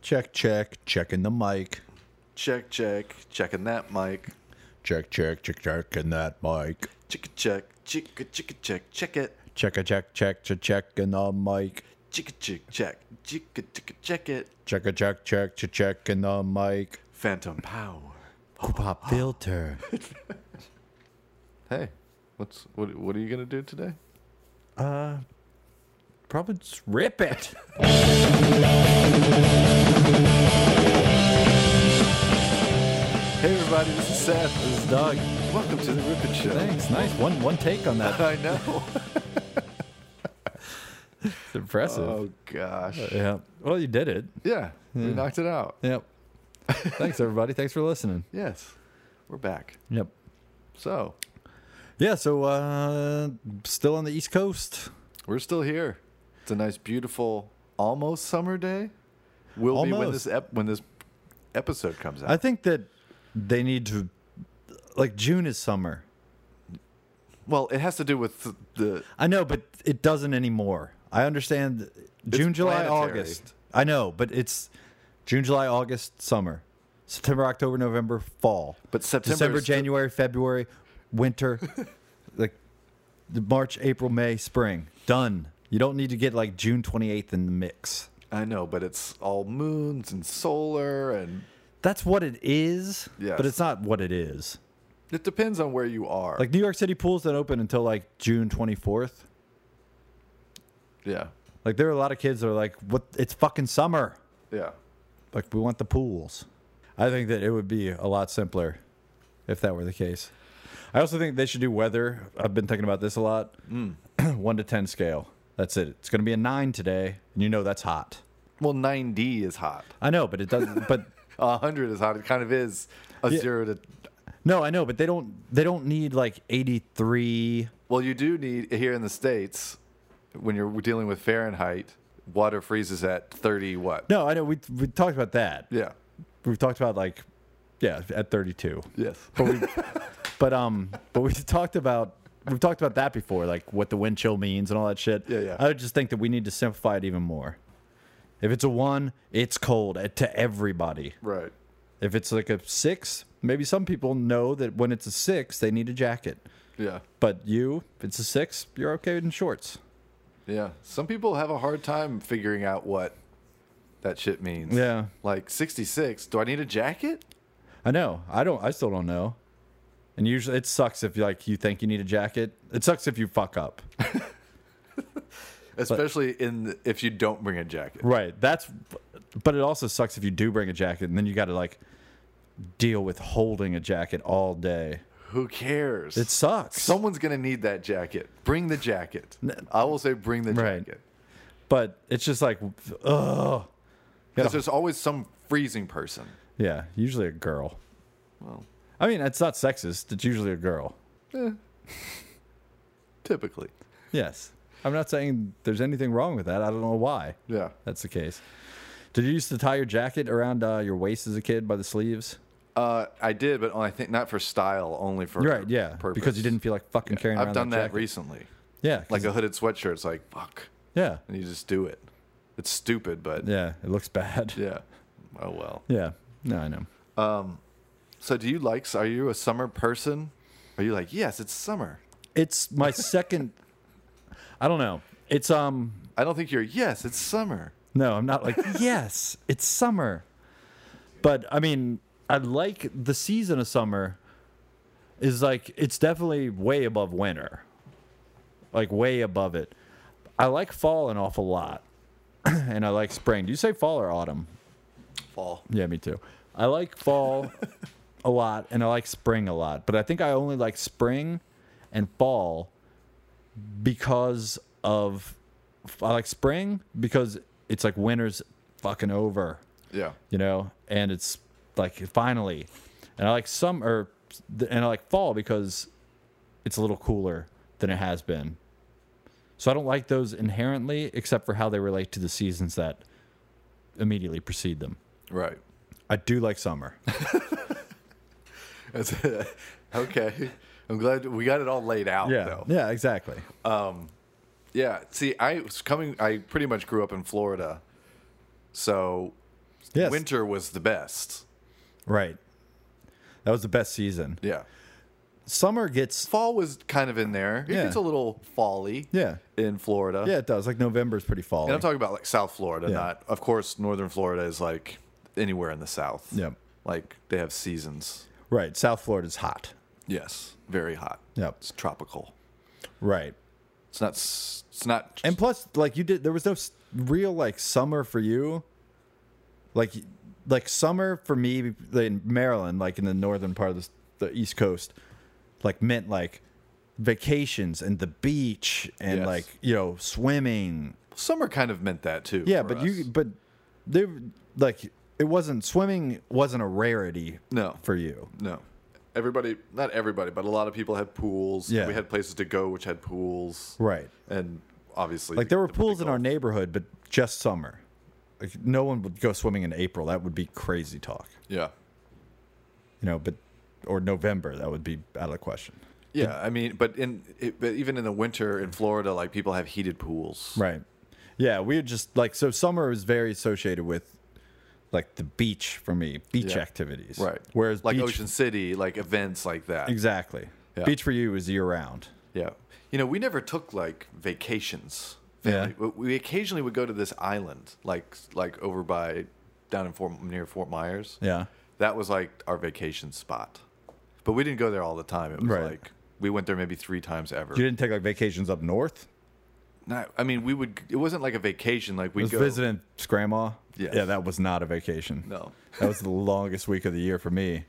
Check, check, checking the mic. Check, check, checking that mic. Check, check, check, checking that mic. Chicka check, chicka chicka check, check it. Check a check, check, check, checking the mic. Chicka chick check, chicka chicka check it. Check a check, check, check, checking the mic. Phantom power. Pop filter. Hey, what's what? What are you gonna do today? Probably just rip it. Hey everybody, this is Seth. This is Doug. Welcome to the Ripid Show. Thanks. Nice. One one take on that. I know. It's impressive. Oh gosh. Uh, yeah. Well, you did it. Yeah, we knocked it out. Yep. Thanks, everybody. Thanks for listening. Yes, we're back. Yep. So Yeah, so uh still on the East Coast. we're still here. It's a nice, beautiful, almost summer day. Will be when Almost. this ep- when this episode comes out. I think that they need to like June is summer. well, it has to do with the I know, but it doesn't anymore. I understand June, July, planetary. August. I know, but it's June, July, August, summer. September, October, November, fall. but September, December, is still- January, February, winter, like the March, April, May, spring. Done. You don't need to get like June 28th in the mix. I know, but it's all moons and solar, and That's what it is, Yes. but it's not what it is. it depends on where you are. Like New York City pools don't open until like June 24th. yeah, Like there are a lot of kids that are like, "What? It's fucking summer." yeah, Like we want the pools. I think that it would be a lot simpler if that were the case. I also think they should do weather. I've been thinking about this a lot. One to ten scale. That's it. It's going to be a nine today, and you know that's hot. well, ninety is hot. I know, but it doesn't. but A hundred is hot. It kind of is a zero to. no, I know, but they don't. They don't need like eighty three. Well, you do need here in the states when you're dealing with Fahrenheit, water freezes at thirty what? No, I know. We we talked about that. Yeah. We've talked about like, yeah, at thirty two. Yes. but we, but um, but we talked about we've talked about that before, like what the wind chill means and all that shit. Yeah, yeah. I would just think that we need to simplify it even more. If it's a one, it's cold uh, to everybody. right. If it's like a six, maybe some people know that when it's a six, they need a jacket. Yeah. But you, if it's a six, you're okay in shorts. Yeah. Some people have a hard time figuring out what that shit means. Yeah. Like sixty six. Do I need a jacket? I know. I don't. I still don't know. And usually, it sucks if like you think you need a jacket. It sucks if you fuck up. Especially in the, if you don't bring a jacket. Right. That's, but it also sucks if you do bring a jacket and then you got to like deal with holding a jacket all day. Who cares? It sucks. Someone's gonna need that jacket. Bring the jacket. I will say, bring the Right. jacket. but it's just like, ugh. Because there's always some freezing person. Yeah. Usually a girl. Well, I mean, it's not sexist. It's usually a girl. typically. Yes. I'm not saying there's anything wrong with that. I don't know why Yeah. that's the case. Did you used to tie your jacket around uh, your waist as a kid by the sleeves? Uh, I did, but I think not for style, only for Right. Yeah. Because you didn't feel like fucking carrying around I've done that jacket. recently. yeah. 'cause- Like a hooded sweatshirt. It's like fuck, yeah. and you just do it. It's stupid, but yeah. Yeah. It looks bad. Oh well. yeah. No, I know. So do you like? Are you a summer person? Are you like yes, it's summer? it's my second i don't know it's um I don't think you're yes, it's summer. no i'm not like yes it's summer but i mean i like the season of summer is like it's definitely way above winter like way above it i like fall an awful lot and i like spring do you say fall or autumn Fall. yeah me too i like fall a lot and i like spring a lot but i think i only like spring and fall because of I like spring because it's like winter's fucking over, Yeah. you know, and it's like finally, and I like summer and I like fall because it's a little cooler than it has been. So I don't like those inherently, except for how they relate to the seasons that immediately precede them. Right. I do like summer. That's okay. I'm glad we got it all laid out. Though. yeah, exactly. Yeah. See, I was coming. I pretty much grew up in Florida, so Yes. Winter was the best. Right. That was the best season. Yeah. Summer gets Fall was kind of in there. It Yeah. gets a little fally yeah. in Florida. Yeah, it does. Like November's pretty fall. And I'm talking about like South Florida, Yeah. not of course northern Florida is like anywhere in the south. Yeah. Like they have seasons. Right. South Florida's hot. Yes. Very hot. Yep. It's tropical. Right. It's not s- it's not And plus, like you did, there was no s- real like summer for you. Like, like summer for me in Maryland, like in the northern part of the, s- the East Coast, like meant like vacations and the beach and Yes. like you know swimming. summer kind of meant that too. Yeah, for but us. you but they like it wasn't swimming wasn't a rarity No. for you. No. Everybody not everybody, but a lot of people had pools. Yeah. We had places to go which had pools. Right. And obviously Like there were the- the pools in our golf- neighborhood, but just summer. Like no one would go swimming in April. That would be crazy talk. Yeah. you know, but or November that would be out of the question. Yeah, I mean, but in it, but even in the winter in Florida, like people have heated pools. Right. Yeah, we would just like so summer is very associated with like the beach for me, beach Yeah. activities. Right. Whereas like beach, Ocean City, like events like that. exactly. Yeah. Beach for you is year round. Yeah. You know, we never took like vacations. Family. Yeah. We occasionally would go to this island, like like over by down in Fort near Fort Myers. Yeah. That was like our vacation spot. But we didn't go there all the time. It was Right. like we went there maybe three times ever. You didn't take like vacations up north. Not, I mean, we would. It wasn't like a vacation. Like we was go. visiting grandma. Yes. Yeah, that was not a vacation. No. That was the longest week of the year for me.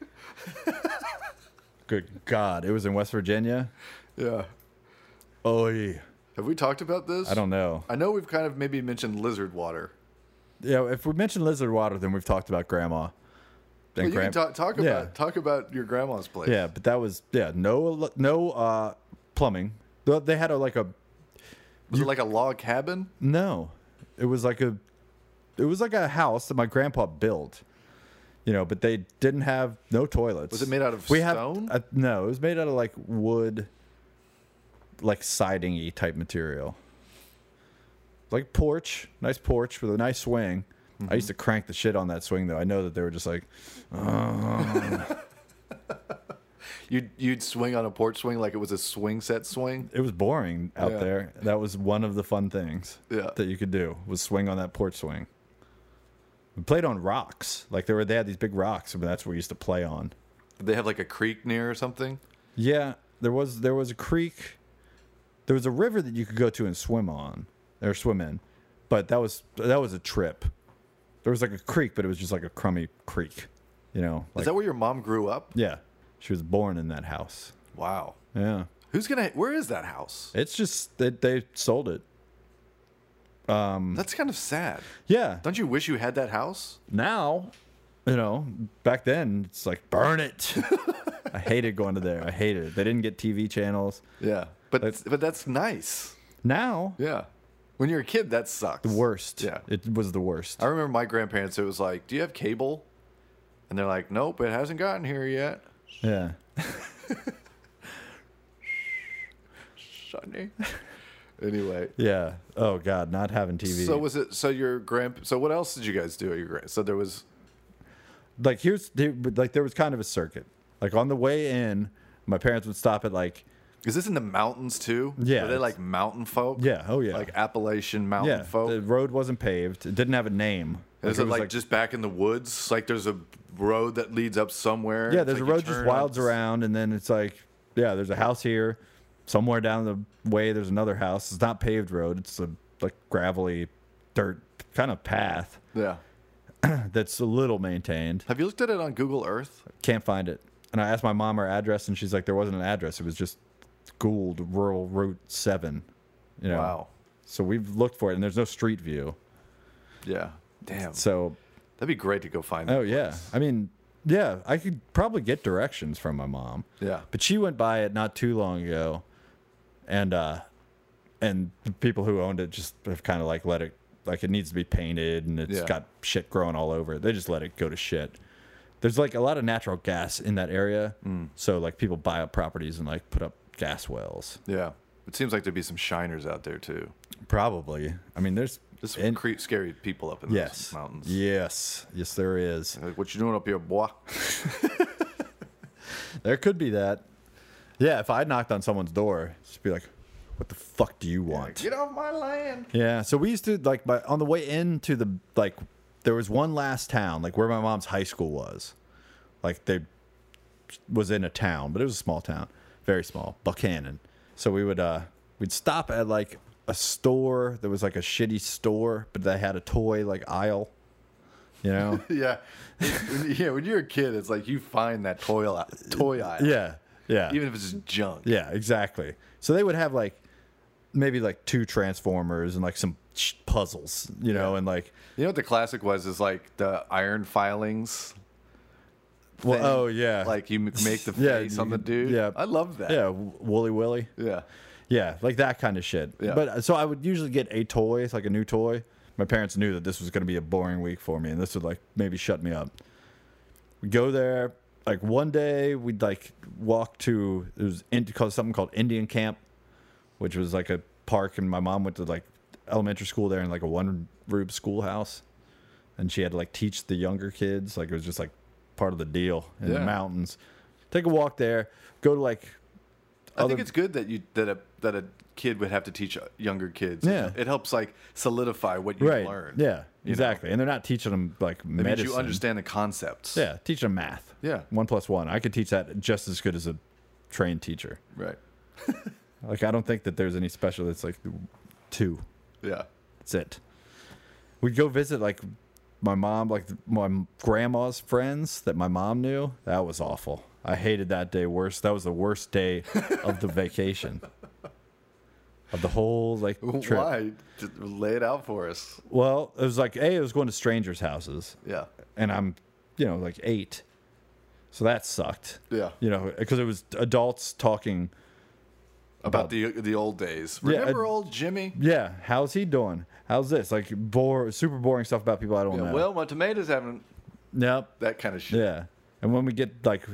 Good God. It was in West Virginia. Yeah. Oh, Have we talked about this? I don't know. I know we've kind of maybe mentioned lizard water. Yeah, if we mention lizard water, then we've talked about grandma. But And you gran- can talk, talk about Yeah. talk about your grandma's place. Yeah, but that was yeah no el- no uh, plumbing. Though They had a, like a Was it like a log cabin? no. It was like a it was like a house that my grandpa built. You know, but they didn't have no toilets. Was it made out of we stone? Have, uh, no, it was made out of like wood, like siding y type material. Like porch, nice porch with a nice swing. I Mm-hmm. used to crank the shit on that swing though. I know that they were just like, You'd you'd swing on a porch swing like it was a swing set swing. it was boring out Yeah. there. That was one of the fun things Yeah. that you could do was swing on that porch swing. We played on rocks. Like they were they had these big rocks, but that's what we used to play on. Did they have like a creek near or something? Yeah, there was there was a creek. There was a river that you could go to and swim on or swim in. But that was that was a trip. There was like a creek, but it was just like a crummy creek. You know, like Is that where your mom grew up? yeah. She was born in that house. Wow. Yeah. Who's gonna? Where is that house? It's just that they sold it. Mm. That's kind of sad. Yeah. Don't you wish you had that house? now, you know, back then it's like burn it. I hated going to there. I hated it. They didn't get TV channels. Yeah, but That's- but that's nice. Now, Yeah, when you're a kid, that sucks. The worst. Yeah, it was the worst. I remember my grandparents. It was like, "Do you have cable?" And they're like, "Nope, it hasn't gotten here yet." Yeah, Sunday. anyway, yeah. Oh God, not having TV. so was it? So your grand? So what else did you guys do at your grand? So there was like here's the- but, like there was kind of a circuit. Like on the way in, my parents would stop at like Is this in the mountains too? Yeah, Are they it's- like mountain folk? Yeah, oh, yeah. Like Appalachian mountain yeah. folk. The road wasn't paved. It didn't have a name. is it it was, like, just back in the woods? Like there's a road that leads up somewhere. yeah? It's There's a like you road just turn wilds on- around, and then it's like yeah, there's a house here. Somewhere down the way, there's another house. It's not paved road. It's a like gravelly, dirt kind of path. Yeah. that's a little maintained. Have you looked at it on Google Earth? Can't find it. And I asked my mom her address, and she's like, there wasn't an address. It was just Gould Rural Route 7. You know? Wow. So we've looked for it, and there's no street view. Yeah. Damn. So, That'd be great to go find. oh, that yeah. place. I mean, yeah, I could probably get directions from my mom. Yeah. But she went by it not too long ago, and uh, and the people who owned it just have kind of like let it like it needs to be painted and it's Yeah. got shit growing all over. it. They just let it go to shit. There's like a lot of natural gas in that area, so like people buy up properties and like put up gas wells. Yeah. It seems like there'd be some shiners out there too. Probably. I mean, there's There's some And- cre- scary people up in Yes. those mountains. Yes. Yes, there is. Like, what you doing up here, boy? There could be that. Yeah, if I knocked on someone's door, just be like, what the fuck do you want? Get off my land. Yeah, so we used to like by, on the way into the like there was one last town like where my mom's high school was. Like they was in a town, but it was a small town, very small, Buchanan. So we would uh we'd stop at like a store that was like a shitty store, but they had a toy like aisle. You know? Yeah, yeah. When you're a kid, it's like you find that toy aisle, toy aisle, yeah. Yeah. even if it's just junk. Yeah, exactly. So they would have like maybe like two transformers and like some sh- puzzles, you know, and like You know what the classic was is like the iron filings. well, thing. oh yeah. Like you m- make the Yeah, face you on the could- dude. yeah. I love that. Yeah, w- Wooly Willy. yeah. Yeah, like that kind of shit. Yeah. But so I would usually get a toy, like a new toy. My parents knew that this was going to be a boring week for me, and this would like maybe shut me up. We go there. Like one day, we'd like walk to it was in, called something called Indian Camp, which was like a park, and my mom went to like elementary school there in like a one room schoolhouse, and she had to like teach the younger kids. Like it was just like part of the deal in the Yeah. mountains. Take a walk there. Go to like I Other- think it's good that you that a that a kid would have to teach younger kids. Yeah. It helps like solidify what you right. learn. Yeah, you know? exactly. And they're not teaching them like It means medicine. you understand the concepts. Yeah, teach them math. Yeah. one plus one. I could teach that just as good as a trained teacher. Right. Like I don't think that there's any special. It's like two. Yeah. That's it. We'd go visit like my mom, like my grandma's friends that my mom knew. That was awful. I hated that day worse. That was the worst day of the vacation. Of the whole like trip. Why? Just lay it out for us. Well, it was like, A, it was going to strangers' houses. Yeah. and I'm, you know, like eight. So that sucked, Yeah. you know, because it was adults talking. About the the old days. Yeah, Remember I- old Jimmy? Yeah, how's he doing? How's this? Like, bore, super boring stuff about people I don't Yeah, know. well, my tomatoes haven't yep. that kind of shit. Yeah. And when we get like,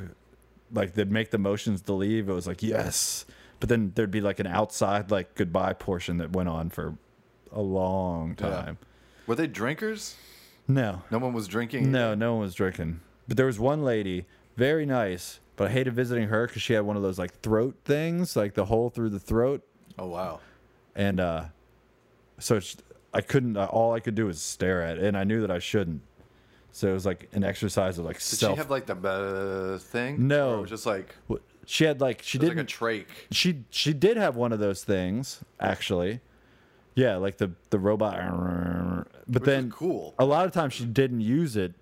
like they'd make the motions to leave, it was like, yes. But then there'd be like an outside, like, goodbye portion that went on for a long Yeah. time. Were they drinkers? No, No one was drinking. No, no one was drinking. But there was one lady, very nice, but I hated visiting her because she had one of those like throat things, like the hole through the throat, Oh wow. and uh, so sh I couldn't. Uh, all I could do was stare at, it, and I knew that I shouldn't. So it was like an exercise of like Did self. she have like the uh, thing? No. Or it was just like it Wh- she had like she was like didn't. a trach. she she did have one of those things actually. Yeah, like the the robot. But Which then is cool. a lot of times she didn't use it,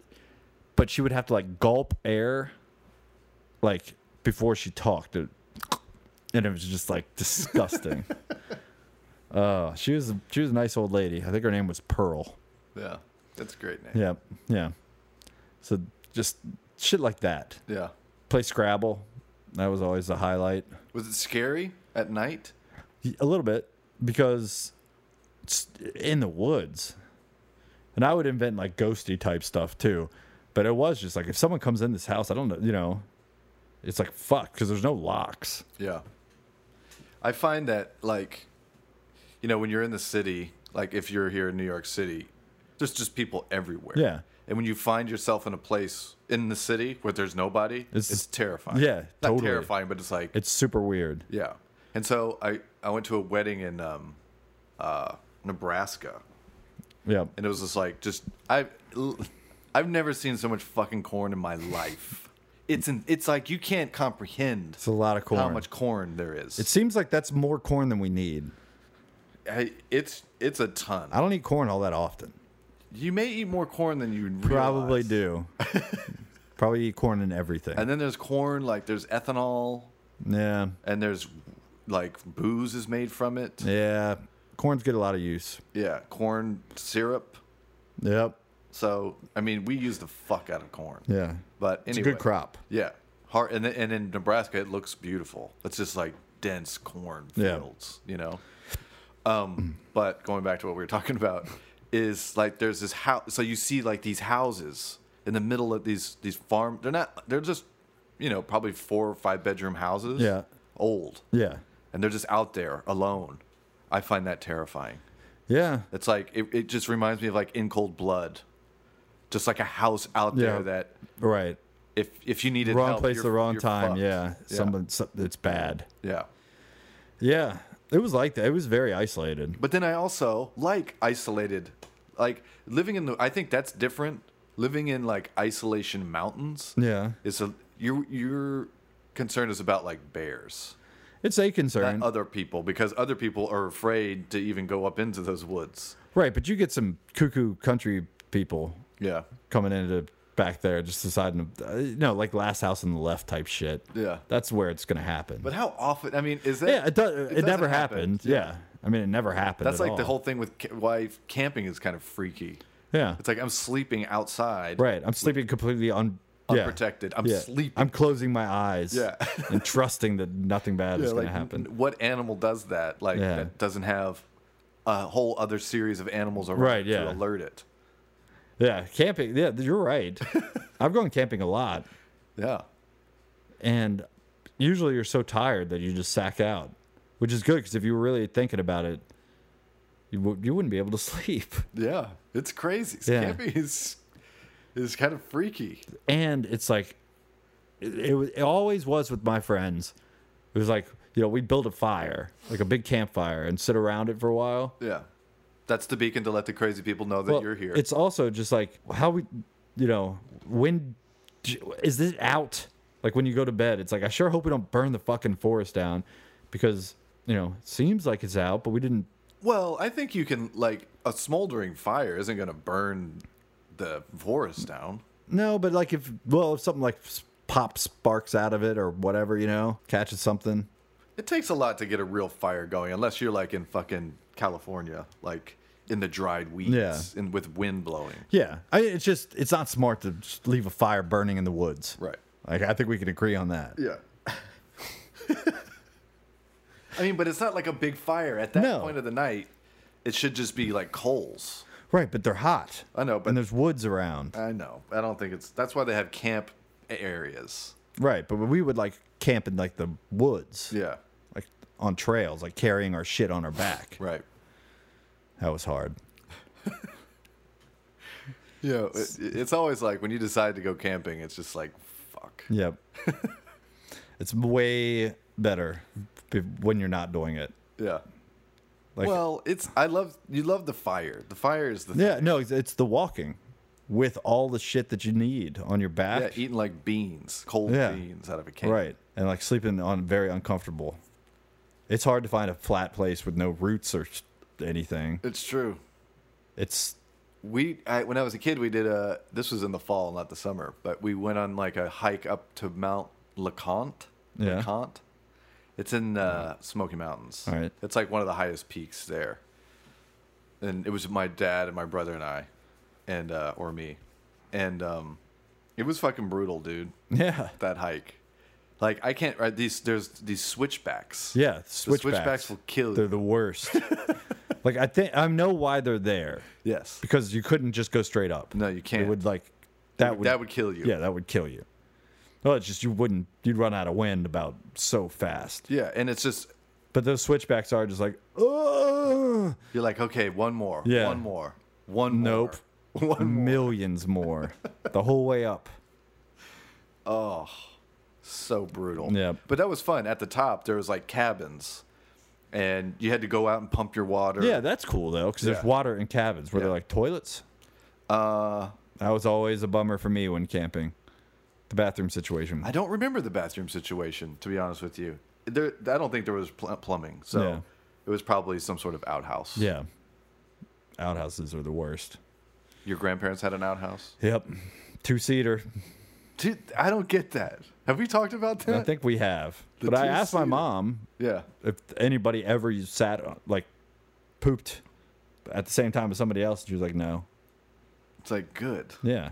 but she would have to like gulp air, like before she talked, It- and it was just like disgusting. uh, she was she was a nice old lady. I think her name was Pearl. Yeah. That's a great name. Yeah, yeah. So just shit like that. yeah. Play Scrabble. That was always the highlight. Was it scary at night? A little bit because it's in the woods. And I would invent like ghosty type stuff too. But it was just like if someone comes in this house, I don't know, you know, it's like fuck because there's no locks. Yeah. I find that like you know, when you're in the city, like if you're here in New York City, there's just people everywhere. Yeah. And when you find yourself in a place in the city where there's nobody, It's- it's, terrifying. yeah, Not totally. terrifying, but it's like It's super weird. Yeah. And so I, I went to a wedding in um, uh, Nebraska. Yeah, And it was just like, just, I, I've never seen so much fucking corn in my life. It's, an, it's like you can't comprehend it's a lot of corn. how much corn there is. It seems like that's more corn than we need. I, it's, it's a ton. I don't eat corn all that often. You may eat more corn than you Probably realize. do. Probably eat corn in everything. And then there's corn, like there's ethanol, yeah, and there's like booze is made from it. yeah. Corns get a lot of use. yeah corn syrup. Yep. So, I mean, we use the fuck out of corn. Yeah. But anyway, It's a good crop. Yeah, hard and and in Nebraska it looks beautiful. It's just like dense corn Yeah. fields, you know. Um, but going back to what we were talking about is like there's this house. So you see like these houses in the middle of these these farm. They're not. They're just you know probably four or five bedroom houses. Yeah. old, Yeah. and they're just out there alone. I find that terrifying. Yeah. It's like it, it just reminds me of like in cold blood. Just like a house out there Yeah. that Right. if if you needed Wrong help, place, you're- the wrong you're time. fucked. Yeah. Someone. so- It's bad. Yeah. Yeah. It was like that. It was very isolated. But then I also like isolated, like living in the. I think that's different. Living in like isolation mountains Yeah. is a your your concern is about like bears, It's a not concern. other people, because other people are afraid to even go up into those woods. right. But you get some cuckoo country people Yeah, coming into back there just deciding to, uh, you know, like last house on the left type shit. yeah. That's where it's going to happen. But how often? I mean, is that? yeah. It, does, it, doesn't never happen. happened. Yeah. I mean, it never happened. That's at like the all. whole thing with ca- why camping is kind of freaky. Yeah. It's like I'm sleeping outside, Right. I'm sleeping completely un- yeah. unprotected. I'm Yeah. sleeping. I'm closing my eyes. Yeah. and trusting that nothing bad is Yeah, going like, to happen. n- What animal does that? Like Yeah. that doesn't have a whole other series of animals around Right, to yeah. alert it. Yeah. Camping. Yeah. You're right. I've gone camping a lot. Yeah. And usually you're so tired that you just sack out, which is good because if you were really thinking about it, you, w- you wouldn't be able to sleep. Yeah. It's crazy. Yeah. Camping is is kind of freaky. And it's like, it, it, was- it always was with my friends. It was like, you know, we'd build a fire, like a big campfire, and sit around it for a while. Yeah. That's the beacon to let the crazy people know that Well, you're here. It's also just like how we, you know, when d- is this out? Like when you go to bed, it's like I sure hope we don't burn the fucking forest down, because you know it seems like it's out, but we didn't. well, I think you can like a smoldering fire isn't going to burn the forest down. No, but like if well, if something like s- pops sparks out of it or whatever, you know, catches something. It takes a lot to get a real fire going unless you're like in fucking California, like in the dried weeds Yeah. and with wind blowing. Yeah, I mean, it's just it's not smart to just leave a fire burning in the woods. Right. Like I think we can agree on that. Yeah. I mean, but it's not like a big fire at that No. point of the night. It should just be like coals. Right, but they're hot. I know, but- and there's woods around. I know. I don't think it's. That's why they have camp areas. Right, but we would like camp in like the woods. Yeah. like on trails, like carrying our shit on our back. Right. That was hard. Yeah. It, it's always like when you decide to go camping, it's just like, fuck. Yep. it's way better b- when you're not doing it. Yeah. Like- well, it's. I love. You love the fire. The fire is the. Thing. Yeah, no, it's, it's the walking with all the shit that you need on your Yeah, back. eating like beans, cold Yeah. beans out of a can. right. And like sleeping on very uncomfortable. It's hard to find a flat place with no roots or s- anything. It's true. It's We I, when I was a kid, we did a. This was in the fall, not the summer, but we went on like a hike up to Mount LeConte. Yeah. LeConte. It's in uh, Smoky Mountains. All right. It's like one of the highest peaks there. And it was my dad and my brother and I, and uh, or me, and um, it was fucking brutal, dude. yeah. That hike, like I can't. Right, these there's these switchbacks. Yeah, The switchbacks. switchbacks will kill you. They're the worst. like I think I know why they're there. yes. because you couldn't just go straight up. No, you can't. It would like that would that would kill you. yeah that would kill you. Well, it's just you wouldn't you'd run out of wind about so fast. Yeah, and it's just But those switchbacks are just like oh You're like, okay, one more, Yeah. one more, one nope, more. One more. millions more the whole way up. So brutal. Yeah. But that was fun. At the top, there was like cabins, and you had to go out and pump your water. Yeah, that's cool though because Yeah. there's water in cabins. Were they Yeah. like toilets? Uh, that was always a bummer for me when camping. The bathroom situation. I don't remember the bathroom situation, to be honest with you. There, I don't think there was pl- plumbing, so Yeah. it was probably some sort of outhouse. yeah, outhouses are the worst. Your grandparents had an outhouse. Yep, two seater, Dude, I don't get that. Have we talked about I that? think we have. The But I asked my two-seater. mom yeah. if anybody ever sat on- like pooped at the same time as somebody else. She was like, "No, It's like good. yeah,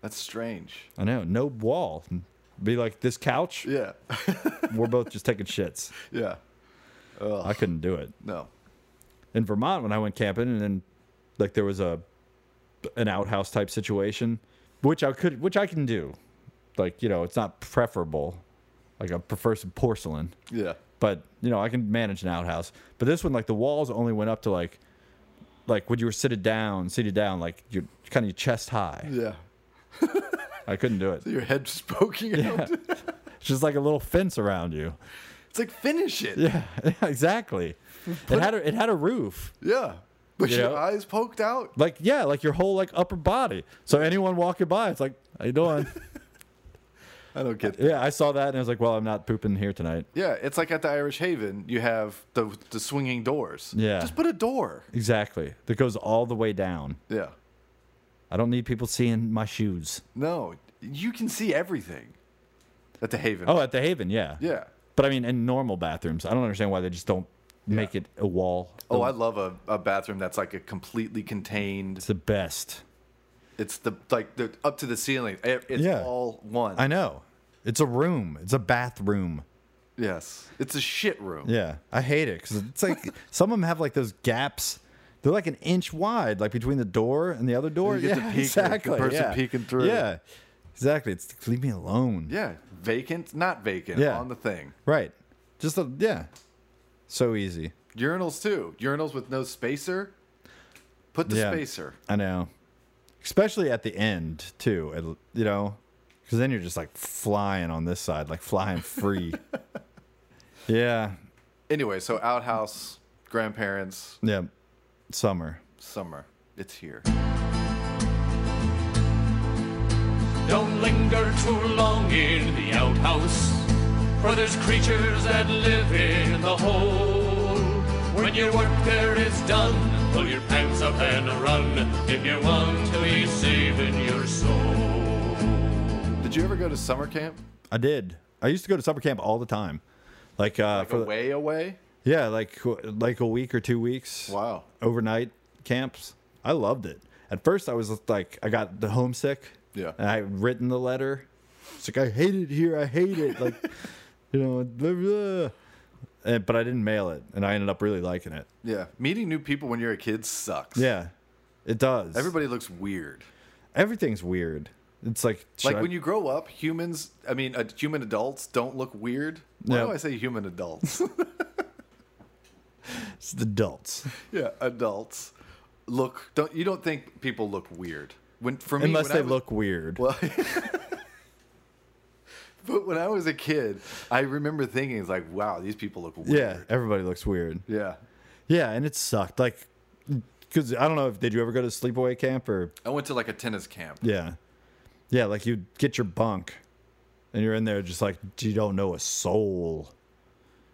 That's strange. I know, no wall." Be like this couch. Yeah. We're both just taking shits. yeah. I couldn't do it No. in Vermont when I went camping, and then like there was a an outhouse type situation, which I could, which I can do. Like you know, it's not preferable. Like I prefer some porcelain. Yeah. but you know I can manage an outhouse. But this one, like the walls only went up to like like when you were seated down, seated down, like you're kind of chest high. Yeah. I couldn't do it. Your head just poking out. It's just like a little fence around you. It's like finish it. Yeah, exactly. It had a, it had a roof. Yeah. But You your know? eyes poked out. Like yeah, like your whole like upper body. So anyone walking by, it's like, how you doing? I don't get yeah, I saw that and I was like, well, I'm not pooping here tonight. Yeah, it's like at the Irish Haven, you have the the swinging doors. Yeah. Just put a door. Exactly. That goes all the way down. Yeah. I don't need people seeing my shoes. No, you can see everything at the Haven. Oh, at the Haven, yeah. Yeah. But I mean, in normal bathrooms, I don't understand why they just don't make it a wall. Oh, I love a, a bathroom that's like a completely contained. It's the best. It's the like the up to the ceiling. It- It's Yeah. all one. I know. It's a room. It's a bathroom. yes. It's a shit room. Yeah, I hate it because it's like some of them have like those gaps. They're like an inch wide, like between the door and the other door. You get to yeah, peek, like, the exactly. person yeah. peeking through. Yeah, exactly. It's leave me alone. Yeah. Vacant, not vacant Yeah. on the thing. Right. Just a, yeah. So easy. Urinals too. Urinals with no spacer. Put the Yeah. spacer. I know. Especially at the end too. and, You know, because then you're just like flying on this side, like flying free. yeah. Anyway, so outhouse, grandparents, Yeah. Summer. summer. It's here. Don't linger too long in the outhouse, for there's creatures that live in the hole. When your work there is done, pull your pants up and run if you want to be saving your soul. Did you ever go to summer camp? I did. I used to go to summer camp all the time. Like, uh, Like for the- away, away? Yeah, like like a week or two weeks. Wow. Overnight camps. I loved it. At first, I was like, I got the homesick. Yeah. And I had written the letter. It's like I hate it here. I hate it. Like, you know, blah, blah. And, but I didn't mail it, and I ended up really liking it. Yeah. Meeting new people when you're a kid sucks. Yeah, it does. Everybody looks weird. everything's weird. It's like should Like I- when you grow up, humans, I mean, uh, human adults don't look weird. Why Yeah. do I say human adults? it's the adults, yeah, adults look don't you don't think people look weird. When for me unless when I they was- look weird. Well, but when I was a kid, I remember thinking, "It's like, wow, these people look yeah, weird." everybody looks weird. Yeah, Yeah, and it sucked. Like, because I don't know if did you ever go to sleepaway camp or I went to like a tennis camp. Yeah. Yeah, like you get your bunk and you're in there just like you don't know a soul.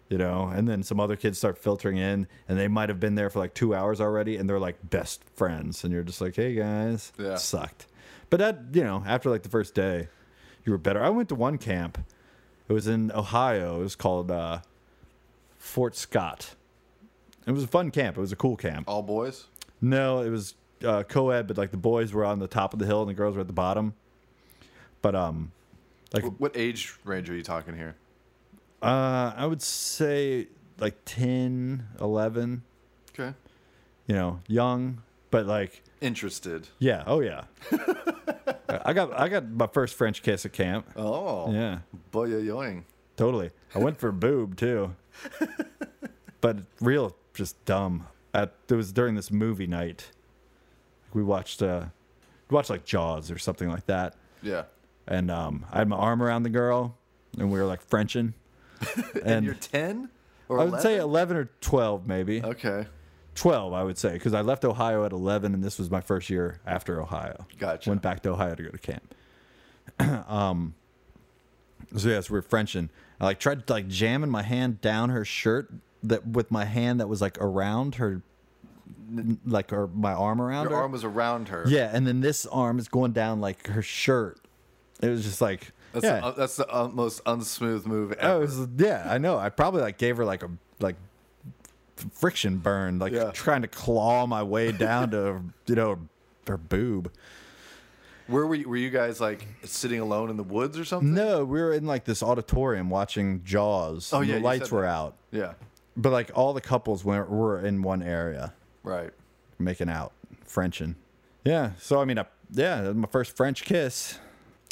You know, and then some other kids start filtering in and they might have been there for like 2 hours already and they're like best friends and you're just like, "Hey guys." Yeah. Sucked. But that, you know, after like the first day, you were better. I went to one camp. It was in Ohio. It was called uh, Fort Scott. It was a fun camp. It was a cool camp. All boys. No, it was uh, co-ed, but like the boys were on the top of the hill and the girls were at the bottom. But um, like Wh- What age range are you talking here? uh, I would say like 10, 11, Okay. you know, young, but like Interested. yeah, oh yeah. I got I got my first French kiss at camp. Oh. Yeah, Boyoyoing. totally. I went for boob too. But real just dumb. At it was during this movie night. We watched uh we watched like Jaws or something like that. Yeah. and um, I had my arm around the girl, and we were like Frenching. And And you're 10 or I would say 11? eleven or twelve, maybe Okay. twelve. I would say because I left Ohio at eleven, and this was my first year after Ohio. Gotcha. Went back to Ohio to go to camp. um, so yes, we were Frenching. I like tried to like jamming my hand down her shirt that with my hand that was like around her, n- like her my arm around Your her. arm was around her. yeah, and then this arm is going down like her shirt. It was just like That's yeah. the, uh, that's the uh, most unsmooth move Oh, ever. it was- yeah, I know. I probably like gave her like a like f- friction burn, like Yeah. trying to claw my way down to you know her boob. Where were you, were you guys like sitting alone in the woods or something? No, we were in like this auditorium watching Jaws. Oh, and yeah, the you lights said were that. out, Yeah. but like all the couples were were in one area Right. making out, Frenching. Yeah, so I mean, I, yeah, that was my first French kiss.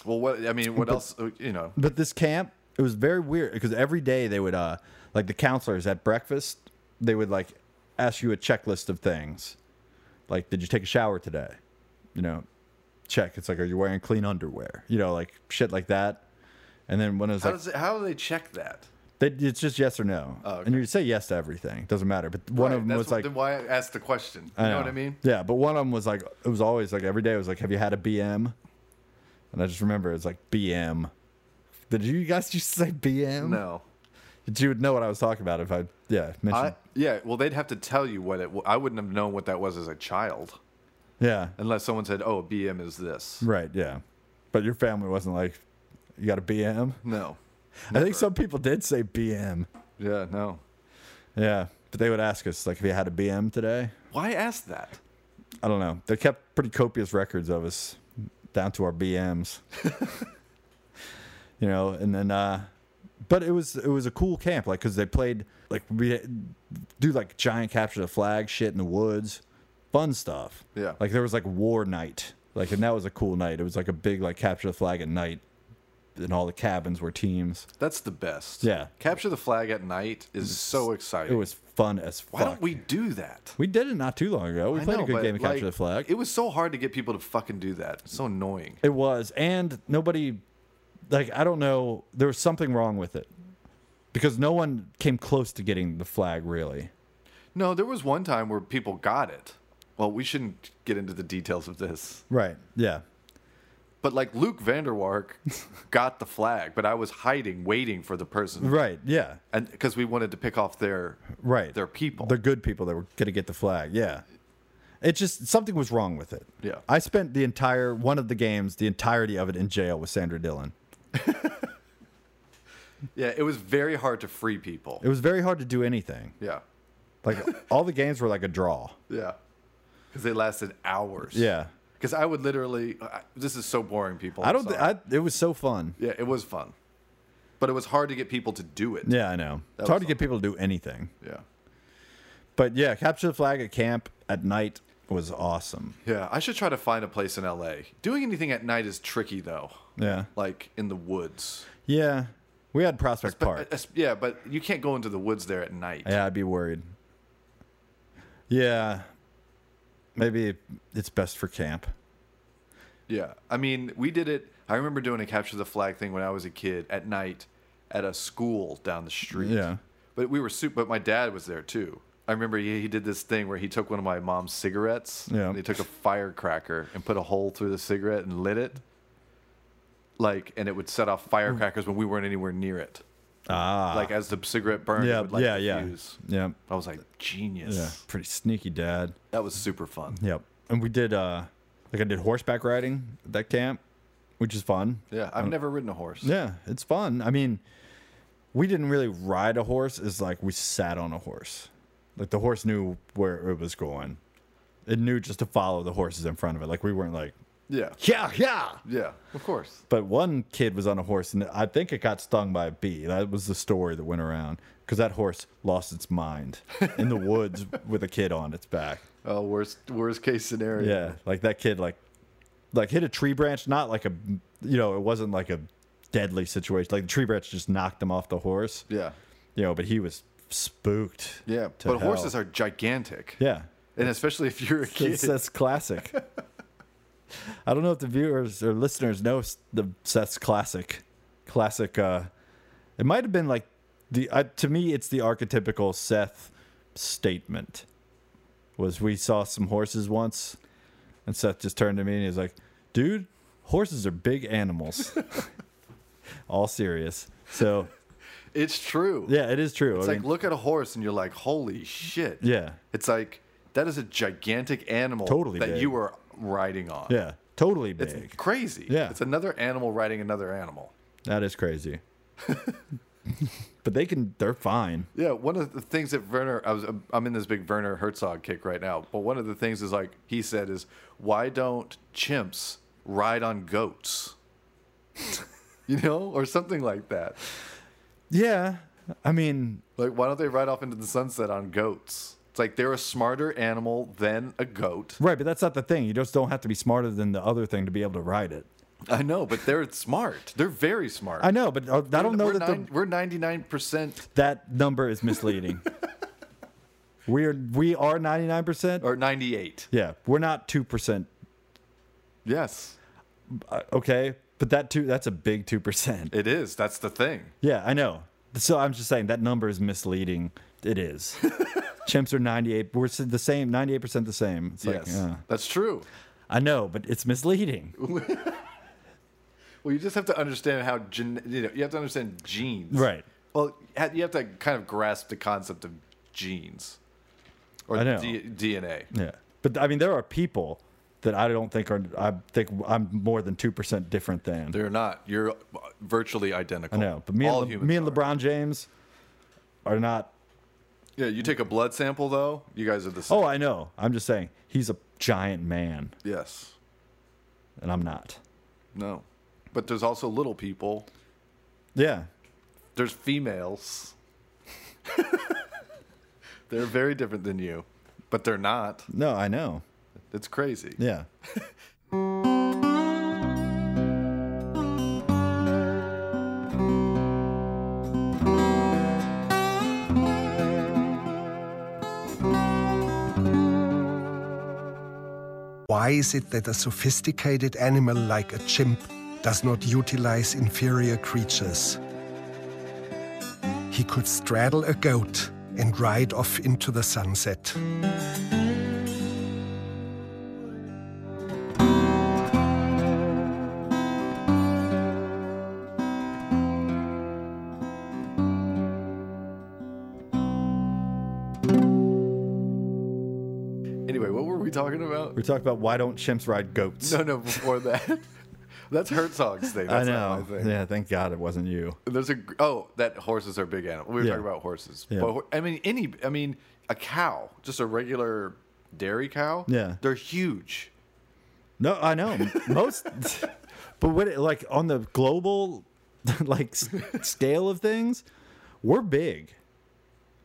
Well, what I mean, what else? uh, You know. But this camp, it was very weird because every day they would uh like the counselors at breakfast, they would like ask you a checklist of things. Like, did you take a shower today? You know, check. It's like, are you wearing clean underwear? You know, like shit like that. And then when it was How like, does it, how do they check that? they, it's just yes or no, Oh, okay. and you say yes to everything. Doesn't matter. But one Right, of them that's was what- like, then why I asked the question. You know. what I mean? Yeah, but one of them was like, it was always like every day it was like, have you had a BM? And I just remember it's like BM. Did you guys just say BM? No. But you would know what I was talking about if I yeah mentioned I, yeah, well, they'd have to tell you what it. w- I wouldn't have known what that was as a child, yeah unless someone said, "Oh, BM is this." right yeah, but your family wasn't like you got a BM. No. I think some people did say BM. Yeah, no. Yeah, but they would ask us like, have you had a BM today? Why ask that? I don't know. They kept pretty copious records of us down to our BMs. you know, and then uh but it was it was a cool camp like cuz they played like we do like giant capture the flag shit in the woods, fun stuff. Yeah. Like there was like war night. Like and that was a cool night. It was like a big like capture the flag at night and all the cabins were teams. That's the best. Yeah. Capture the flag at night is so It exciting. was fun as fuck. Why don't we do that? We did it not too long ago. We I played know, a good but, game of capture like, the flag. It was so hard to get people to fucking do that. It's so annoying. It was, and nobody, like I don't know, there was something wrong with it because no one came close to getting the flag really. No, there was one time where people got it. Well, we shouldn't get into the details of this. Right. Yeah. But like Luke Vanderwark got the flag, but I was hiding, waiting for the person, Right. Yeah. and because we wanted to pick off their Right. their people. The good people that were going to get the flag. Yeah. It just something was wrong with it. Yeah. I spent the entire one of the games, the entirety of it in jail with Sandra Dillon. yeah, it was very hard to free people. It was very hard to do anything. yeah, Like all the games were like a draw. yeah, because they lasted hours. Yeah. because I would literally. I, this is so boring, people. I I'm don't. Th- sorry. I, it was so fun. yeah, it was fun, but it was hard to get people to do it. Yeah, I know. it's was hard to get something. people to do anything. yeah, But yeah, capture the flag at camp at night was awesome. Yeah, I should try to find a place in L.A. Doing anything at night is tricky, though. Yeah. Like in the woods. Yeah. We had Prospect Park. But- Yeah, but you can't go into the woods there at night. Yeah, I'd be worried. Yeah. Maybe it's best for camp. Yeah. I mean, we did it. I remember doing a capture the flag thing when I was a kid at night at a school down the street. Yeah. But we were super, but my dad was there too. I remember he, he did this thing where he took one of my mom's cigarettes. Yeah. And he took a firecracker and put a hole through the cigarette and lit it. Like, and it would set Hmm. off firecrackers when we weren't anywhere near it. Ah. Like as the cigarette burned, it Yeah, would like yeah, yeah. diffuse. Yeah. I was like, genius. Yeah. Pretty sneaky dad. That was super fun. Yep. And we did uh like I did horseback riding at that camp, which is fun. Yeah. I've never ridden a horse. Um, Yeah, it's fun. I mean, we didn't really ride a horse. It's like we sat on a horse. Like the horse knew where it was going. It knew just to follow the horses in front of it. Like we weren't like, Yeah. yeah, yeah. Yeah. Of course. But one kid was on a horse, and I think it got stung by a bee. That was the story that went around because that horse lost its mind in the woods with a kid on its back. Oh, worst worst case scenario. Yeah, like that kid, like, like hit a tree branch. Not like a, you know, it wasn't like a deadly situation. Like the tree branch just knocked him off the horse. Yeah. You know, but he was spooked. Yeah. to But hell. horses are gigantic. Yeah, And especially if you're a kid. that's, that's classic. I don't know if the viewers or listeners know s- the Seth's classic, classic. uh It might have been like the I to me, it's the archetypical Seth statement. Was we saw some horses once, and Seth just turned to me and he was like, "Dude, horses are big animals." All serious. So it's true. yeah, it is true. It's I like mean, look at a horse and you're like, holy shit. yeah, It's like that is a gigantic animal Totally that big. you are riding on. yeah, totally big. It's crazy. Yeah. It's another animal riding another animal. That is crazy. but they can they're fine. Yeah, one of the things that Werner, I was, I'm in this big Werner Herzog kick right now, but one of the things is like he said is, why don't chimps ride on goats? you know, or something like that. Yeah. I mean, Like, why don't they ride off into the sunset on goats? It's like they're a smarter animal than a goat. right, but that's not the thing. You just don't have to be smarter than the other thing to be able to ride it. I know, but they're smart. They're very smart. I know, but uh, I don't know we're that the, nine- we're 99%. that number is misleading. We are we are ninety nine percent. or 98. Yeah, we're not two percent. uh, Yes, Okay, but that two that's a big two percent. it is. That's the thing. Yeah, I know. So I'm just saying that number is misleading. It is. Chimps are ninety eight. We're s- the same. Ninety eight percent the same. It's like, yes, yeah. that's true. I know, but it's misleading. Well, you just have to understand how gen- you know you have to understand genes, Right. Well, ha- you have to kind of grasp the concept of genes or I know. D- DNA. Yeah, but I mean, there are people that I don't think are. I think I'm more than two percent different than. They're not. You're virtually identical. I know, but me and All Le- humans me and are. LeBron James are not. Yeah, you take a blood sample though. You guys are the same. Oh, I know. I'm just saying he's a giant man, yes. and I'm not. No. But there's also little people. Yeah, There's females. they're very different than you, but they're not. no, I know. It's crazy. Yeah, Why is it that a sophisticated animal like a chimp does not utilize inferior creatures? He could straddle a goat and ride off into the sunset. Anyway, what were we talking about? we talked about why don't chimps ride goats? No, no, before that. That's Herzog's thing. I That's not know. my thing. Yeah, thank God it wasn't you. There's a oh that horses are big animal. We were Yeah. talking about horses, Yeah. but hor- I mean any. I mean a cow, just a regular dairy cow. Yeah. they're huge. No, I know most. but what it- like on the global like s- scale of things, we're big.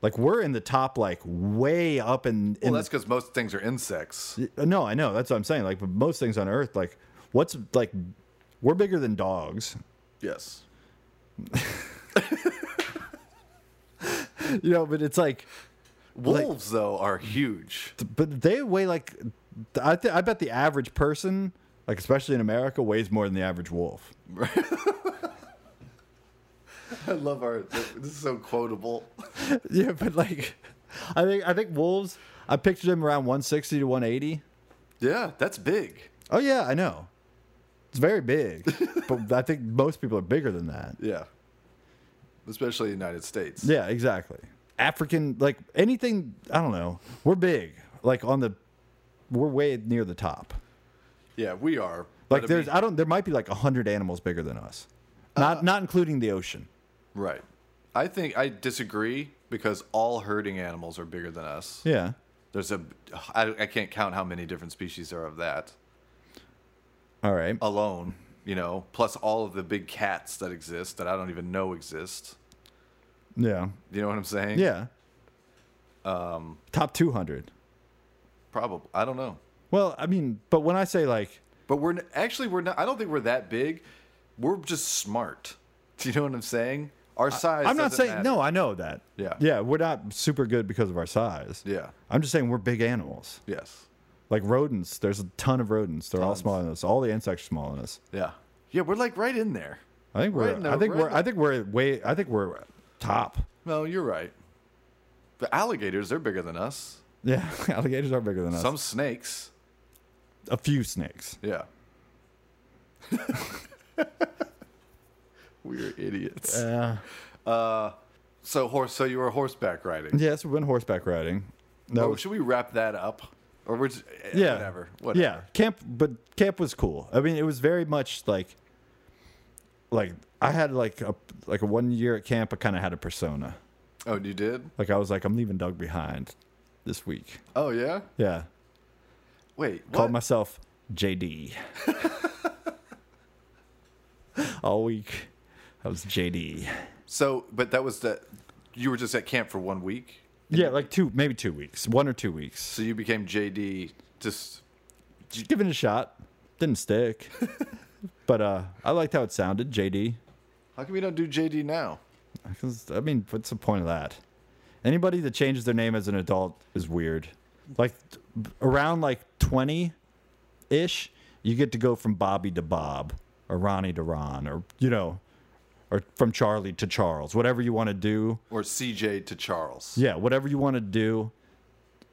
Like we're in the top, like way up in. in Well, that's because most things are insects. the, uh, no, I know that's what I'm saying. Like but most things on Earth, like what's like we're bigger than dogs. Yes. You know, but it's like, Wolves though are huge. but they weigh like, I th- I bet the average person, like especially in America, weighs more than the average wolf. I love our. This is so quotable. Yeah, but like, I think I think wolves. I pictured them around 160 to 180. Yeah, that's big. Oh yeah, I know. It's very big, but I think most people are bigger than that. Yeah. Especially in the United States. Yeah, exactly. African, like anything. I don't know. We're big. Like on the, we're way near the top. Yeah, we are. Like But there's, mean- Uh, I don't. There might be like hundred animals bigger than us, not not including the ocean. right. I think I disagree because all herding animals are bigger than us. Yeah. There's a, I, I can't count how many different species there are of that All right. alone, you know, plus all of the big cats that exist that I don't even know exist. Yeah. You know what I'm saying? Yeah. Um. Top two hundred. Probably. I don't know. Well, I mean, but when I say like, But we're n- actually, we're not, I don't think we're that big. We're just smart. Do you know what I'm saying? Our size. I'm not doesn't saying matter. no. I know that. Yeah. Yeah, we're not super good because of our size. Yeah. I'm just saying we're big animals. Yes. Like rodents, there's a ton of rodents. They're all Tons. smaller than us. All the insects are smaller than us. Yeah. Yeah, we're like right in there. I think Right we're. in the- I think right we're. in the- I think we're way. I think we're top. No, you're right. The alligators, they're bigger than us. Yeah, alligators are bigger than us. Some snakes. a few snakes. Yeah. We're idiots. Uh, so horse so you were horseback riding. yes, we've been horseback riding. Oh, That was, should we wrap that up? Or we're just, eh, yeah. whatever. Whatever. Yeah, camp. But camp was cool. I mean, it was very much like, like I had like a like a one year at camp. I kind of had a persona. Oh, you did? Like I was like, I'm leaving Doug behind this week. Oh yeah? Yeah. Wait, what? Called myself JD. All week. I was JD. so but that was the you were just at camp for one week? Yeah, like two maybe two weeks. One or two weeks. So you became JD just Just giving it a shot. Didn't stick. but uh I liked how it sounded, JD. how come you don't do JD now? Because I mean, what's the point of that? Anybody that changes their name as an adult is weird. Like t- around like 20 ish, you get to go from Bobby to Bob or Ronnie to Ron or, you know, or from Charlie to Charles, whatever you want to do. Or CJ to Charles. Yeah, whatever you want to do.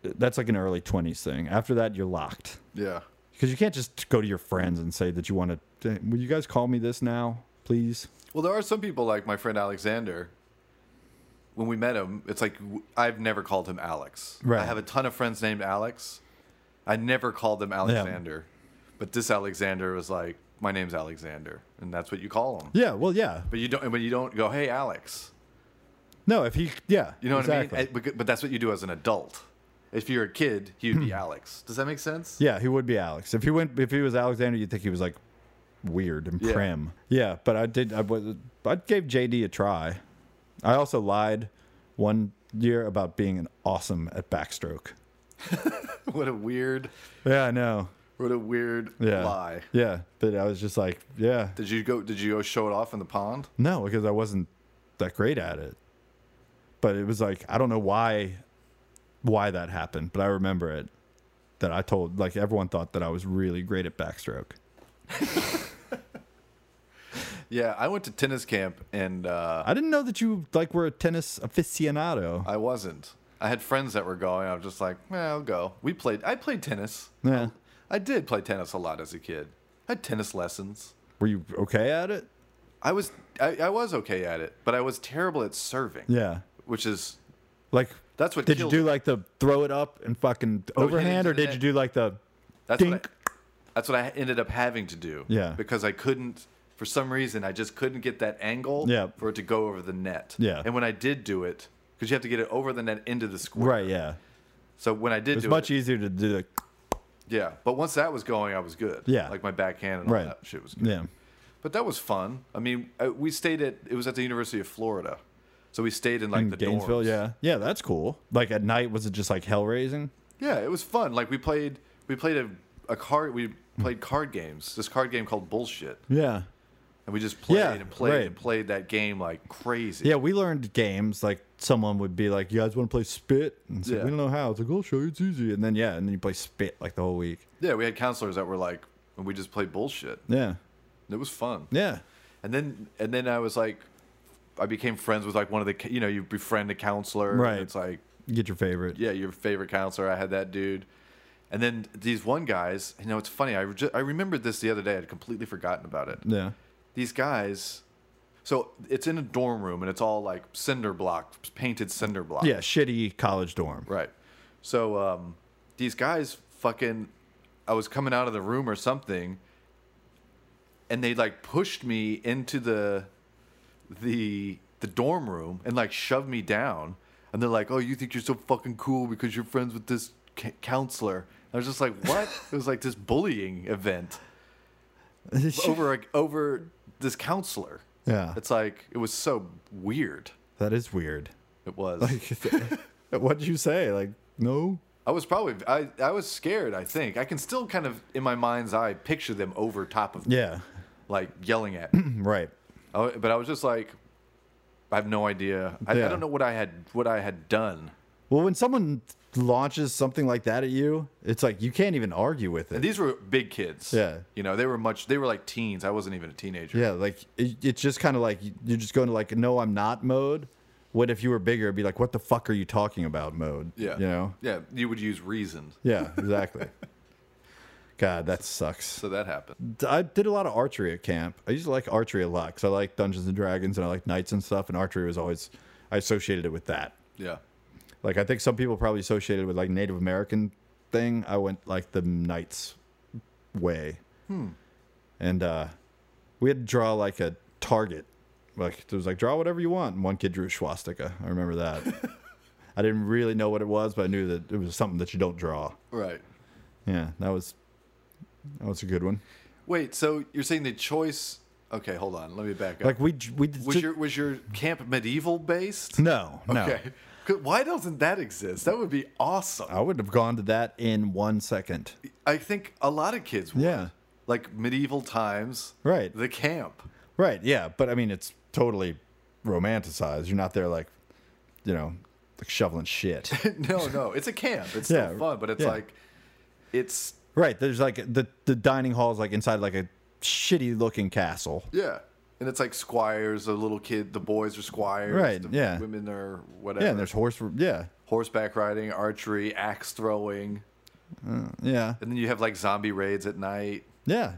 That's like an early 20s thing. After that, you're locked. Yeah. Because you can't just go to your friends and say that you want to. Will you guys call me this now, please? Well, there are some people like my friend Alexander. When we met him, it's like w- I've never called him Alex. Right. I have a ton of friends named Alex. I never called them Alexander. But this Alexander was like, my name's Alexander, and that's what you call him. Yeah, well, yeah. But you don't. But you don't go, hey Alex. No, if he, yeah, You know exactly. what I mean? Eh, becau- But that's what you do as an adult. If you're a kid, you'd Hmm. be Alex. Does that make sense? Yeah, he would be Alex. If he went, if he was Alexander, you'd think he was like weird and Yeah. prim. Yeah, but I did. I was. I gave JD a try. I also lied one year about being an awesome at backstroke. What a weird, Yeah, I know. what a weird Yeah, lie. Yeah, but I was just like, yeah, Did you go? Did you go show it off in the pond? no, because I wasn't that great at it. But it was like I don't know why, why that happened, but I remember it. That I told like everyone thought that I was really great at backstroke. Yeah, I went to tennis camp and uh, I didn't know that you like were a tennis aficionado. I wasn't. I had friends that were going. I was just like, well, I'll go. We played. I played tennis. Yeah. I did play tennis a lot as a kid. I had tennis lessons. Were you okay at it? I was I, I was okay at it, but I was terrible at serving. Yeah. which is Like That's what Did you killed Oh, do it. like the throw it up and fucking hit it overhand, to or the did net. you do like the that's what dink? I, that's what I ended up having to do. Yeah. because I couldn't. For some reason, I just couldn't get that angle Yeah. for it to go over the net. Yeah. and when I did do it, because you have to get it over the net into the square. Right. Yeah. So when I did It's do much it, easier to do. The, yeah. But once that was going, I was good. Yeah. like my backhand and all right. that shit was good. yeah. But that was fun. I mean, uh, we stayed at it was at the University of Florida, so we stayed in like In the Gainesville. dorms. Yeah. Yeah. That's cool. Like at night, was it just like hell raising? yeah, it was fun. Like we played, we played a, a card, we played card games. This card game called Bullshit, Yeah. and we just played Yeah, and played right. and played that game like crazy. Yeah. We learned games. Like someone would be like, "You guys want to play spit?" And it's like, Yeah. we don't know how. It's like, "I'll show you. It's easy." And then yeah, and then you play spit like the whole week. yeah. We had counselors that were like, and we just played Bullshit. Yeah. It was fun. Yeah. And then and then I was like, I became friends with like one of the, ca- you know, you befriend a counselor. and Right. it's like Get your favorite. yeah, your favorite counselor. I had that dude. And then these one guys, you know, it's funny. I, ju- I remembered this the other day. I'd completely forgotten about it. Yeah. These guys, so it's in a dorm room and it's all like cinder block, painted cinder block. Yeah. Shitty college dorm. Right. So um, these guys fucking, I was coming out of the room or something, and they like pushed me into the the the dorm room and like shoved me down, and they're like, "Oh, you think you're so fucking cool because you're friends with this c- counselor." I was just like, "What?" it was like this bullying event over like, over this counselor. Yeah. It's like it was so weird. That is weird. It was. what did you say? Like, no? I was probably I, I was scared. I think I can still kind of in my mind's eye picture them over top of me, Yeah. like yelling at. Me. Right. I- but I was just like, I have no idea. I, Yeah. I don't know what I had what I had done. Well, when someone launches something like that at you, it's like you can't even argue with And it. these were big kids. Yeah. you know they were much. They were like teens. I wasn't even a teenager. Yeah, like it, it's just kind of like you- you're just going to like no, I'm not mode. What if you were bigger? It'd be like, what the fuck are you talking about mode? yeah, You know? Yeah, you would use reason. Yeah, exactly. God, that sucks. So that happened. I did a lot of archery at camp. I used to like archery a lot because I like Dungeons and Dragons and I like knights and stuff. And archery was always, I associated it with that. Yeah, Like I think some people probably associated with like Native American thing. I went like the knights way. Hmm. And uh we had to draw like a target. Like it was like draw whatever you want. And one kid drew a swastika. I remember that. I didn't really know what it was, but I knew that it was something that you don't draw. right. Yeah, that was that was a good one. Wait, so you're saying the choice? Okay, hold on. Let me back up. Like we j- we did was your was your camp medieval based? no no. Okay. Good- Why doesn't that exist? That would be awesome. I would have gone to that in one second. I think a lot of kids would. Yeah. Like medieval times. Right. The camp. Right. Yeah. But I mean, it's totally romanticized. You're not there like, you know, like shoveling shit. no, no, it's a camp. It's Yeah, still fun, but it's yeah. like it's right. There's like the the dining hall is like inside like a shitty looking castle. yeah, and it's like squires. The little kid, the boys are squires. Right, The yeah. Women are whatever. Yeah, and there's horse. Yeah, horseback riding, archery, axe throwing, yeah, and then you have like zombie raids at night, yeah.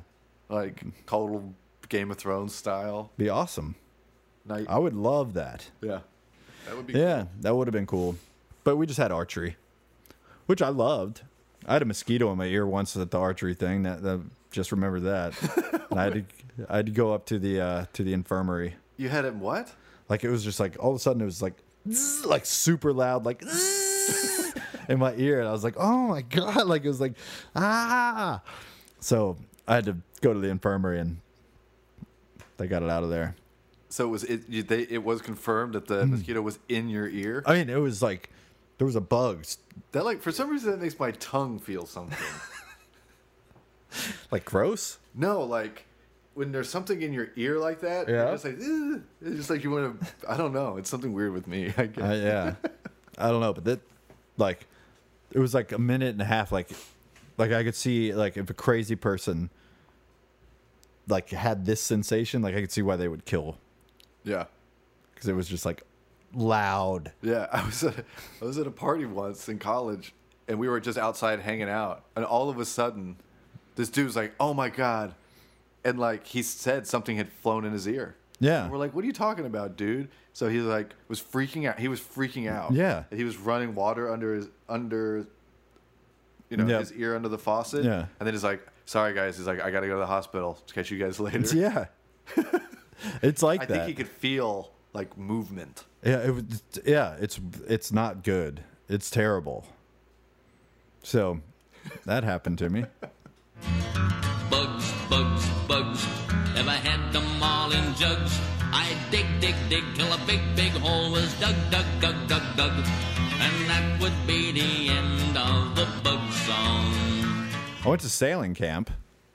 like total Game of Thrones style Be awesome. night. I would love that. yeah, that would be Oh. Yeah, that would have been cool. But we just had archery, which I loved. I had a mosquito in my ear once at the archery thing. That, that just remember that. and I had to, I had to go up to the uh, to the infirmary. You had him what? Like it was just like all of a sudden it was like zzz, like super loud like zzz, in my ear, and I was like, oh my god! Like it was like ah. So I had to go to the infirmary, and they got it out of there. So it was it? You, they, it was confirmed that the mosquito was in your ear. I mean, it was like there was a bug That like for some reason that makes my tongue feel something. like gross. no, like when there's something in your ear like that, Yeah. you're just like "Ugh." it's just like you want to. I don't know. It's something weird with me. I guess. Uh, yeah, I don't know, but that like it was like a minute and a half. Like, like I could see like if a crazy person like had this sensation, like I could see why they would kill yeah. because it was just like loud. Yeah, I was at, I was at a party once in college, and we were just outside hanging out, and all of a sudden, this dude's like, "Oh my god," and like he said something had flown in his ear. Yeah. And we're like, "What are you talking about, dude?" So he like was freaking out. He was freaking out. Yeah. And he was running water under his under, you know, Yeah. his ear under the faucet. Yeah. And then he's like, "Sorry guys," he's like, "I gotta go to the hospital. Catch you guys later." Yeah, it's like I that. think he could feel like movement. Yeah, it was. Yeah, it's it's not good. It's terrible. So that happened to me. Bugs, bugs, bugs. If I had them all in jugs, I'd dig, dig, dig till a big, big hole was dug, dug, dug, dug, dug. And that would be the end of the bug song. I went to sailing camp.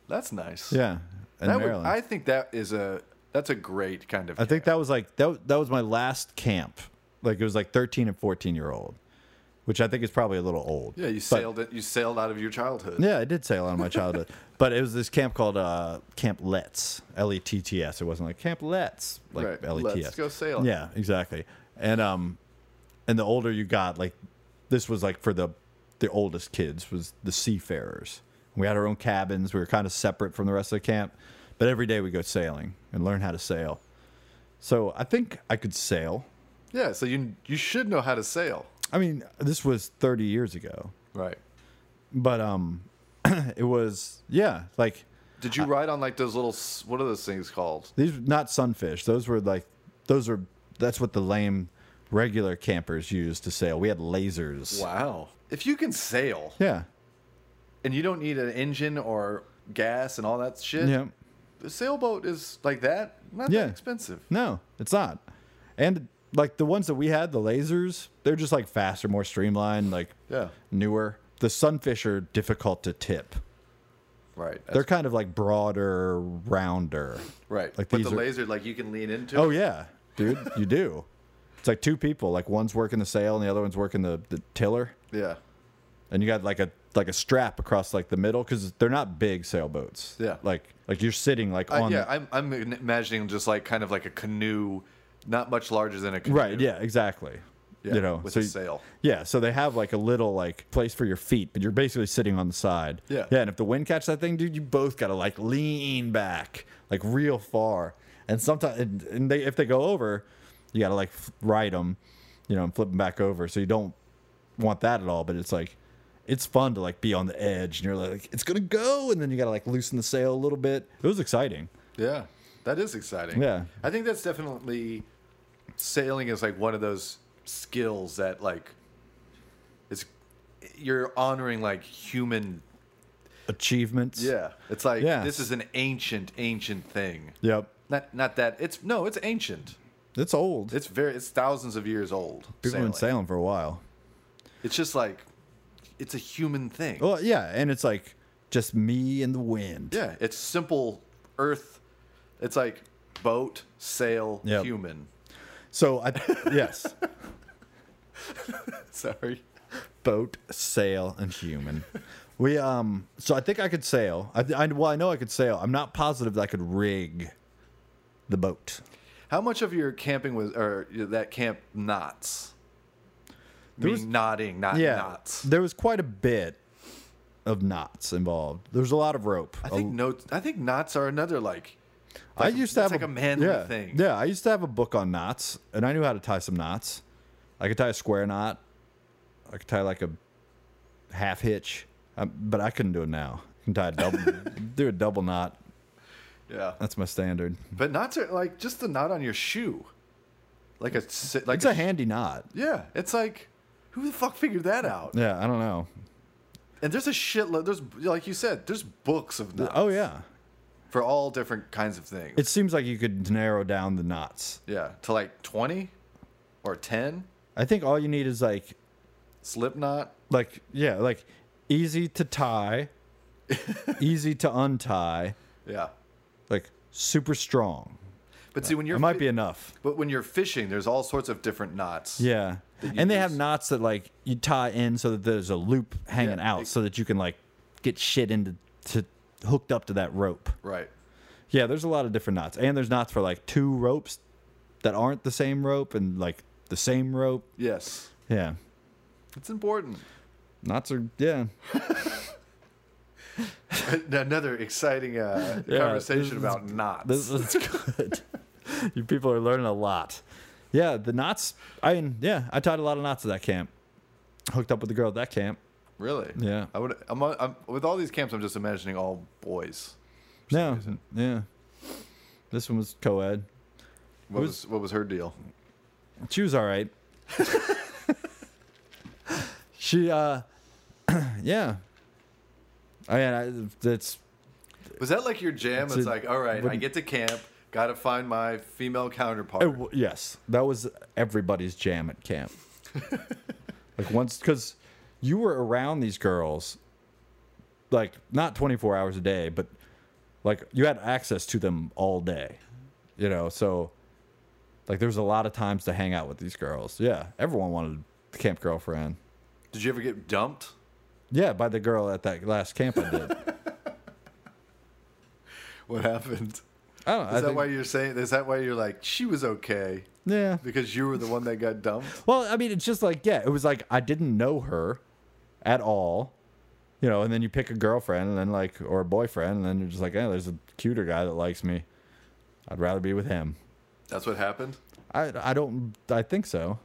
That's nice. Yeah, in That would- Maryland. I think that is a that's a great kind of. I think that was like that. That was my last camp. Like it was like thirteen and fourteen year old, which I think is probably a little old. yeah, you But- sailed it. You sailed out of your childhood. Yeah, I did sail out of my childhood, but it was this camp called uh, Camp Letts, L E T T S. It wasn't like Camp Letts, like Right, L E T S. let's go sailing. Yeah, exactly. And um, and the older you got, like this was like for the the oldest kids was the seafarers. We had our own cabins. We were kind of separate from the rest of the camp, but every day we go sailing and learn how to sail. So I think I could sail. Yeah, so you you should know how to sail. I mean, this was 30 years ago, Right. but um, it was yeah, like Did you ride on like those little s- what are those things called? These were not sunfish. Those were like those are that's what the lame regular campers used to sail. We had lasers. Wow. If you can sail Yeah. and you don't need an engine or gas and all that shit, Yeah. the sailboat is like that. Not Yeah. that expensive. No, it's not. And like the ones that we had, the lasers, they're just like faster, more streamlined, like Yeah. newer. The sunfish are difficult to tip. Right. That's They're kind of like broader, rounder. right. like but these the are- laser, like you can lean into. Oh it. yeah, dude, you do. It's like two people. Like one's working the sail and the other one's working the, the tiller. Yeah. and you got like a like a strap across like the middle because they're not big sailboats. Yeah. like like you're sitting like I- on. yeah, the- I'm, I'm imagining just like kind of like a canoe, not much larger than a canoe. right. Yeah, exactly. Yeah, you know, with so a you- sail. Yeah, so they have like a little like place for your feet, but you're basically sitting on the side. Yeah. yeah. And if the wind catches that thing, dude, you both gotta like lean back like real far, and sometimes and, and they if they go over, you gotta like f- ride them, you know, and flip them back over. So you don't want that at all, but it's like it's fun to like be on the edge and you're like it's gonna go and then you gotta like loosen the sail a little bit. It was exciting. Yeah, that is exciting. Yeah. I think that's definitely sailing is like one of those skills that like it's you're honoring like human. Achievements. Yeah, it's like Yeah. this is an ancient, ancient thing. Yep. Not not that it's no, it's ancient. It's old. It's very it's thousands of years old. People have been sailing for a while. It's just like it's a human thing. Well, yeah, and it's like just me and the wind. Yeah, it's simple earth. It's like boat, sail, Yep. human. So I yes. Sorry. boat, sail, and human. We um. So I think I could sail. I, I well, I know I could sail. I'm not positive that I could rig the boat. How much of your camping was or that camp knots? There Me was- nodding, not Yeah, knots. there was quite a bit of knots involved. There's a lot of rope. I think no. I think knots are another like. I used to that's have like a manly yeah, thing. Yeah, I used to have a book on knots, and I knew how to tie some knots. I could tie a square knot. I could tie like a half hitch, um, but I couldn't do it now. I can tie a double, do a double knot. Yeah. That's my standard. But knots are like just the knot on your shoe, like a si- like It's a sh- handy knot. Yeah, it's like who the fuck figured that out? Yeah, I don't know. And there's a shitload. There's like you said, there's books of knots. Oh yeah, for all different kinds of things. it seems like you could narrow down the knots. yeah, to like twenty or ten I think all you need is like, slip knot. like yeah, like easy to tie, easy to untie, Yeah, like super strong. but see when you're It might fi- be enough. But when you're fishing, there's all sorts of different knots. Yeah. that you And they have use. knots that like you tie in so that there's a loop hanging Yeah, out like- so that you can like get shit into to hooked up to that rope. Right. Yeah, there's a lot of different knots. And there's knots for like two ropes that aren't the same rope and like the same rope. Yes, Yeah. it's important. Knots are yeah. Another exciting uh, Yeah, this conversation is- about knots. This is good. you people are learning a lot. Yeah, the knots I mean, yeah, I tied a lot of knots at that camp. Hooked up with the girl at that camp. really? Yeah. I would. I'm, I'm with all these camps. I'm just imagining all boys. No. Yeah. This one was co ed. What was what was her deal? She was all right. she, uh, yeah. I mean, I, that's Was that like your jam? It's, a- like, all right, I wouldn't- get to camp, got to find my female counterpart. it uh, w- yes, that was everybody's jam at camp. like once, because you were around these girls, like not twenty four hours a day, but like you had access to them all day, you know. So, like, there was a lot of times to hang out with these girls. Yeah, everyone wanted the camp girlfriend. Did you ever get dumped? Yeah, by the girl at that last camp I did. What happened? I don't know. Is I that think- why you're saying? Is that why you're like she was okay yeah. because you were the one that got dumped? Well, I mean, it's just like, yeah, it was like I didn't know her at all. You know, and then you pick a girlfriend and then like or a boyfriend, and then you're just like, yeah, there's a cuter guy that likes me. I'd rather be with him. That's what happened. I I don't I think so.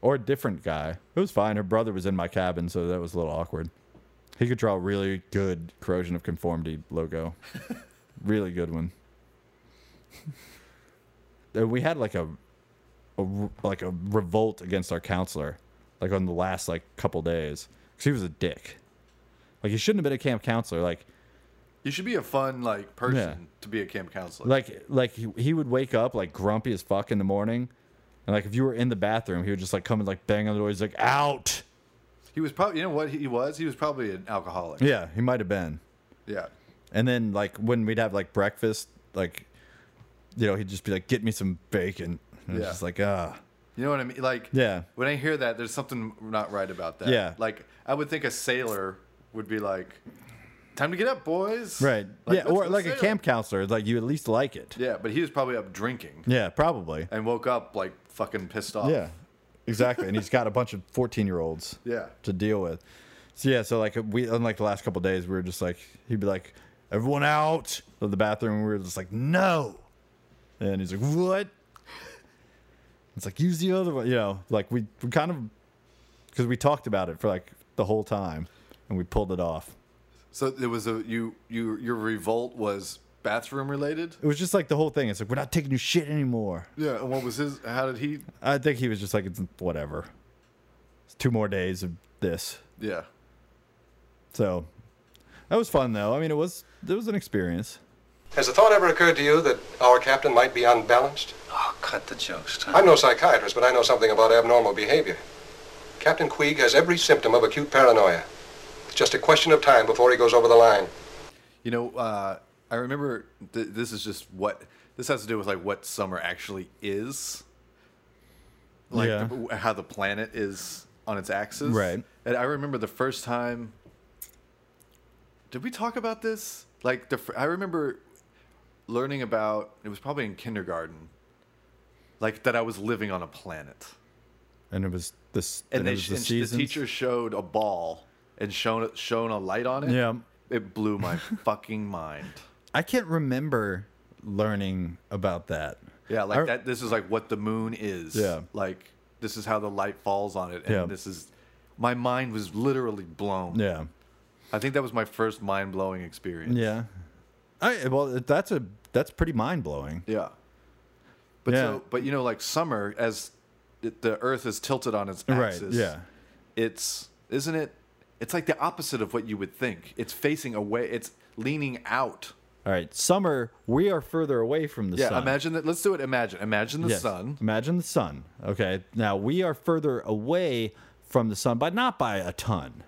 Or a different guy. It was fine. Her brother was in my cabin, so that was a little awkward. He could draw a really good corrosion of conformity logo. really good one. And we had like a, a r- like a revolt against our counselor, like on the last like couple days, because he was a dick. Like he shouldn't have been a camp counselor. Like You should be a fun like person Yeah. to be a camp counselor. like like he, he would wake up like grumpy as fuck in the morning and like if you were in the bathroom he would just like come and like bang on the door he's like out he was probably you know what he was. He was probably an alcoholic. yeah he might have been Yeah. and then like when we'd have like breakfast like you know he'd just be like get me some bacon and Yeah. it's just like ah You know what I mean? Like Yeah. When I hear that, there's something not right about that. Yeah. Like I would think a sailor would be like, "Time to get up, boys." right Like, yeah let's or go like a sailing. camp counselor like you at least like it yeah, Yeah, but he was probably up drinking probably and woke up like fucking pissed off. yeah exactly and he's got a bunch of 14 year olds Yeah. to deal with so yeah so like we unlike the last couple days we were just like he'd be like everyone out of the bathroom we were just like no and he's like what it's like use the other one you know like we, we kind of because we talked about it for like the whole time and we pulled it off So there was a you you your revolt was bathroom related. it was just like the whole thing it's like we're not taking your shit anymore Yeah. And what was his? How did he? i think he was just like it's whatever it's two more days of this Yeah. So that was fun though. I mean, it was it was an experience. Has the thought ever occurred to you that our captain might be unbalanced? Oh, cut the jokes, Tom. I'm no psychiatrist, but I know something about abnormal behavior. Captain Queeg has every symptom of acute paranoia. It's just a question of time before he goes over the line. You know, uh, I remember th- this is just what this has to do with like what summer actually is, like Yeah. the- how the planet is on its axis. Right. And I remember the first time. Did we talk about this? Like the, fir- I remember learning about it was probably in kindergarten. Like that, I was living on a planet, and it was this and, and, they it was sh- the and sh- the, seasons. teacher showed a ball and shown shown a light on it. Yeah. It blew my fucking mind. I can't remember learning about that. Yeah, like I- that. This is like what the moon is. Yeah. Like this is how the light falls on it, and Yeah. this is my mind was literally blown. Yeah. I think that was my first mind blowing experience. Yeah. I well that's a that's pretty mind blowing. Yeah. But Yeah. so, but you know, like summer, as it, the Earth is tilted on its Right, axis. yeah. It's isn't it? It's like the opposite of what you would think. It's facing away. It's leaning out. All right, summer, we are further away from the Yeah. sun. Imagine that. Let's do it. Imagine. Imagine the Yes. sun. Imagine the sun. Okay. Now we are further away from the sun, but not by a ton.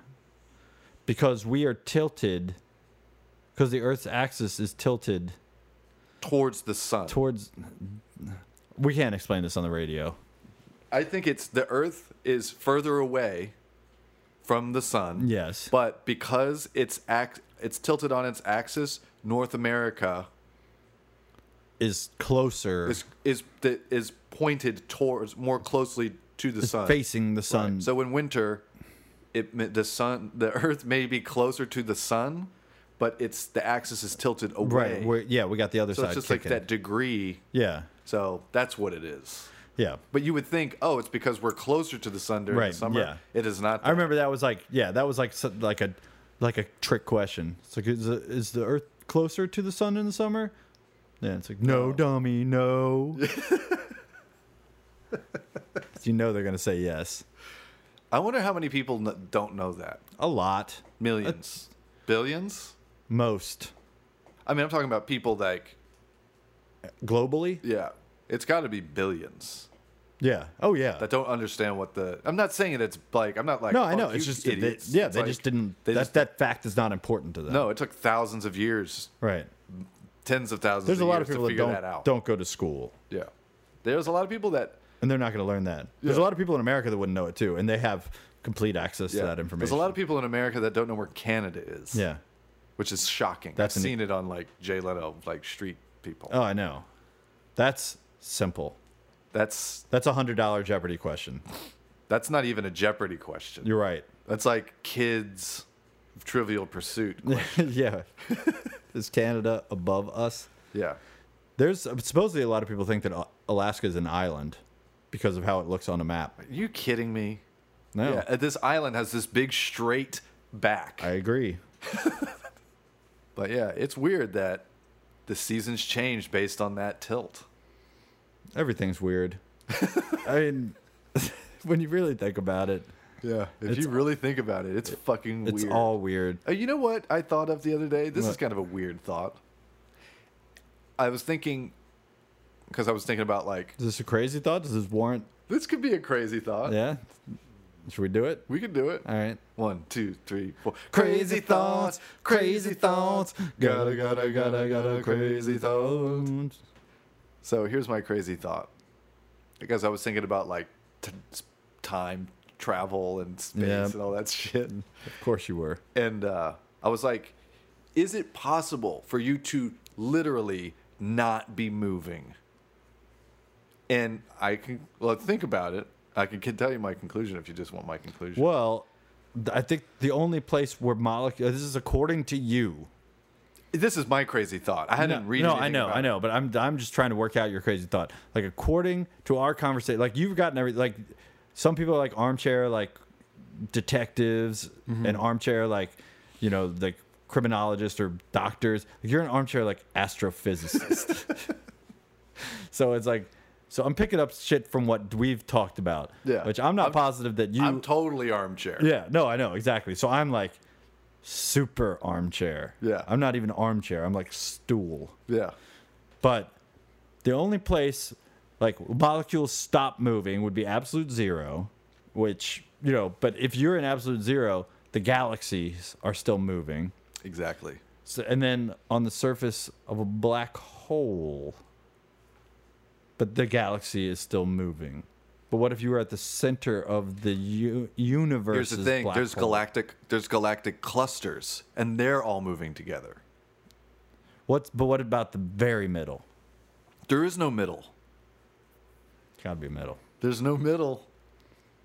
Because we are tilted because the Earth's axis is tilted towards the sun. towards we can't explain this on the radio. I think it's the Earth is further away from the sun. Yes. But because it's ax- it's tilted on its axis, North America Is closer is is the, is pointed towards more closely to the sun. facing the sun. So in winter, it ma- the sun the Earth may be closer to the sun, but it's the axis is tilted away. right. We're, yeah, we got the other so side. it's just kicking. like that degree. Yeah. So that's what it is. Yeah. But you would think, oh, it's because we're closer to the sun during Right, the summer. yeah. It is not. I remember that was like yeah, that was like so- like a like a trick question. It's like is the, is the Earth closer to the sun in the summer? Yeah, it's like no, dummy, no. you know they're gonna say yes. I wonder how many people kn- don't know that. A lot, Millions, billions. most I mean, I'm talking about people like globally. yeah, it's got to be billions Yeah. Oh yeah. that don't understand what the. I'm not saying that it's like I'm not like no, I "Fuck know. you It's just that they, idiots. yeah, It's they like, just didn't. They that just that fact is not important to them. no, it took thousands of years, Right. tens of thousands. There's of a lot years of people to that figure don't that out. don't go to school. Yeah, there's a lot of people that And they're not going to learn that. There's a lot of people in America that wouldn't know it too, and they have complete access yeah. to that information. There's a lot of people in America that don't know where Canada is. yeah. which is shocking. That's I've an- seen it on like Jay Leno, like street people. Oh, I know. That's simple. That's That's a hundred dollar Jeopardy question. that's not even a Jeopardy question. You're right. That's like kids' Trivial Pursuit. yeah. is Canada above us? yeah, There's supposedly a lot of people think that Al- Alaska is an island because of how it looks on a map. you kidding me? No, Yeah, uh, this island has this big straight back. I agree. But yeah, it's weird that the seasons change based on that tilt. Everything's weird. I mean, when you really think about it, Yeah, if It's- you really think about it, it's fucking weird. it's all weird. Oh, you know what I thought of the other day? This is What? kind of a weird thought. I was thinking because I was thinking about like Is this a crazy thought? Does this warrant? this could be a crazy thought. Yeah. Should we do it? We could do it. All right. One, two, three, four. Crazy thoughts, crazy thoughts. Gotta, gotta, gotta, gotta, crazy thoughts. thoughts. So here's my crazy thought. Because I was thinking about like t- time travel and space Yeah. and all that shit. Of course you were. And uh, I was like, is it possible for you to literally not be moving? And I can, well, think about it. I can, can tell you my conclusion if you just want my conclusion. Well, th- I think the only place where molecules this is according to you. This is my crazy thought. I hadn't read no, anything I know, about I it. know, but I'm I'm just trying to work out your crazy thought. Like according to our conversation, like you've gotten every like some people are like armchair like detectives Mm-hmm. and armchair like you know like criminologists or doctors. You're an armchair like astrophysicist. so it's like so I'm picking up shit from what we've talked about. Yeah. Which I'm not I'm- positive that you I'm totally armchair. Yeah, no, I know exactly. So I'm like super armchair. Yeah. I'm not even armchair. I'm like stool. Yeah. But the only place like molecules stop moving would be absolute zero, which, you know, but if you're in absolute zero, the galaxies are still moving. Exactly. So, and then on the surface of a black hole, but the galaxy is still moving. But what if you were at the center of the u- universe? Here's the thing: there's galactic, there's galactic clusters, and they're all moving together. What's but what about the very middle? There is no middle. It's gotta be middle. There's no middle.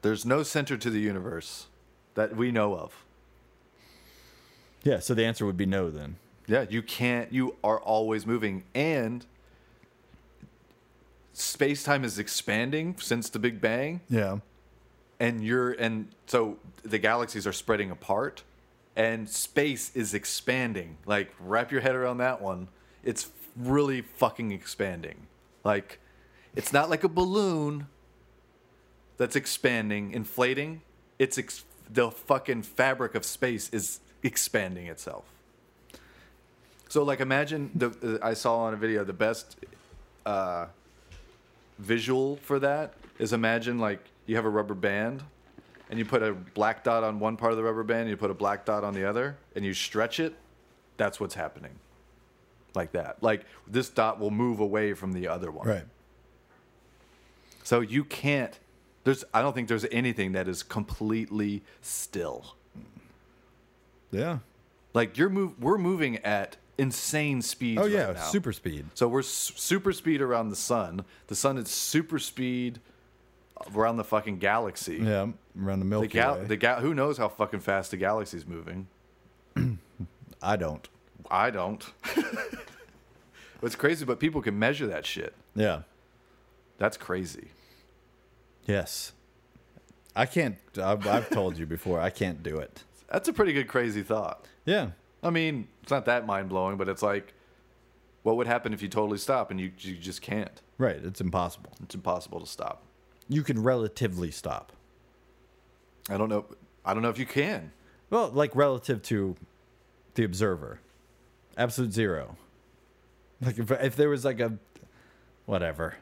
There's no center to the universe that we know of. Yeah. So the answer would be no then. Yeah, you can't. You are always moving, and space time is expanding since the Big Bang, Yeah. and you're and so the galaxies are spreading apart, and space is expanding. Like wrap your head around that one. It's really fucking expanding. Like, it's not like a balloon that's expanding, inflating. It's ex- the fucking fabric of space is expanding itself. So like imagine the uh, I saw on a video the best uh, visual for that is imagine like you have a rubber band and you put a black dot on one part of the rubber band and you put a black dot on the other and you stretch it that's what's happening like that like this dot will move away from the other one Right. so you can't. There's. I don't think there's anything that is completely still. Yeah. Like you're move. We're moving at insane speeds. Oh right yeah, now. super speed. So we're s- super speed around the sun. The sun is super speed around the fucking galaxy. Yeah, around the Milky The gal. Way. The gal. Who knows how fucking fast the galaxy's moving? I don't. I don't. it's crazy, but people can measure that shit. Yeah. That's crazy. Yes. I can't. I've, I've told you before. I can't do it. That's a pretty good crazy thought. Yeah. I mean, it's not that mind blowing, but it's like, what would happen if you totally stop and you, you just can't? Right. It's impossible. It's impossible to stop. You can relatively stop. I don't know. I don't know if you can. Well, like relative to the observer, absolute zero. Like if, if there was like a whatever.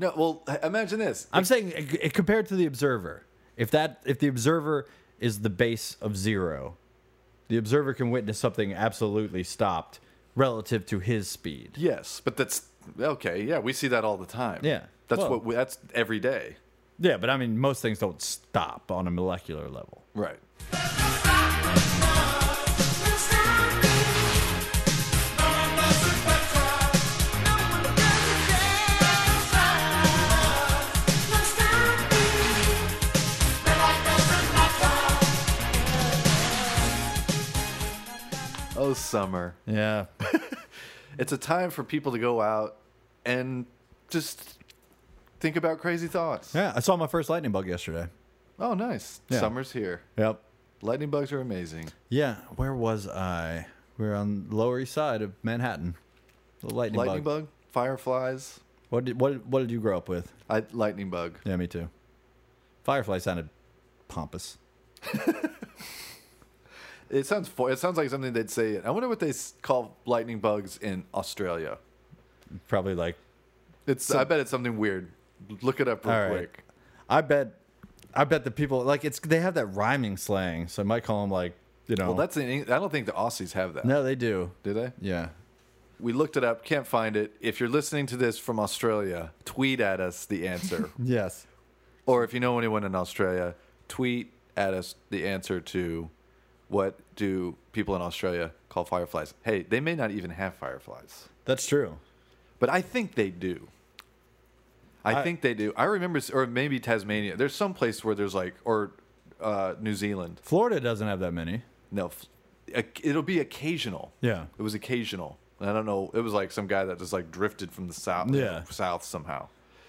No. Well, h- imagine this. I'm saying uh, c- compared to the observer, if that if the observer is the base of zero, the observer can witness something absolutely stopped relative to his speed. Yes, but that's okay. Yeah, we see that all the time. Yeah, That's well- what. We, that's every day. Yeah, but I mean, most things don't stop on a molecular level. Right. Oh, summer. Yeah, It's a time for people to go out and just think about crazy thoughts. Yeah. I saw my first lightning bug yesterday. Oh, nice. Yeah. Summer's here. Yep. Lightning bugs are amazing. Yeah. Where was I? We were on the Lower East Side of Manhattan. The lightning, lightning bug. bug, fireflies. What did what what did you grow up with? I lightning bug. Yeah, me too. Firefly sounded pompous. It sounds fo- it sounds like something they'd say. I wonder what they s- call lightning bugs in Australia. probably like It's I bet it's something weird. Look it up real All right. quick. I bet, I bet the people like it's they have that rhyming slang, so I might call them like you know. Well, that's an, Eng- I don't think the Aussies have that. no, they do. Do they? Yeah. We looked it up. Can't find it. If you're listening to this from Australia, tweet at us the answer. Yes, or if you know anyone in Australia, tweet at us the answer to what do people in Australia call fireflies? Hey, they may not even have fireflies. that's true. But I think they do. I, think they do. I remember, s- or maybe Tasmania. There's some place where there's like, or uh, New Zealand. Florida doesn't have that many. No, f- oc- it'll be occasional. Yeah. it was occasional. And I don't know. It was like some guy that just like drifted from the south. Yeah. south somehow.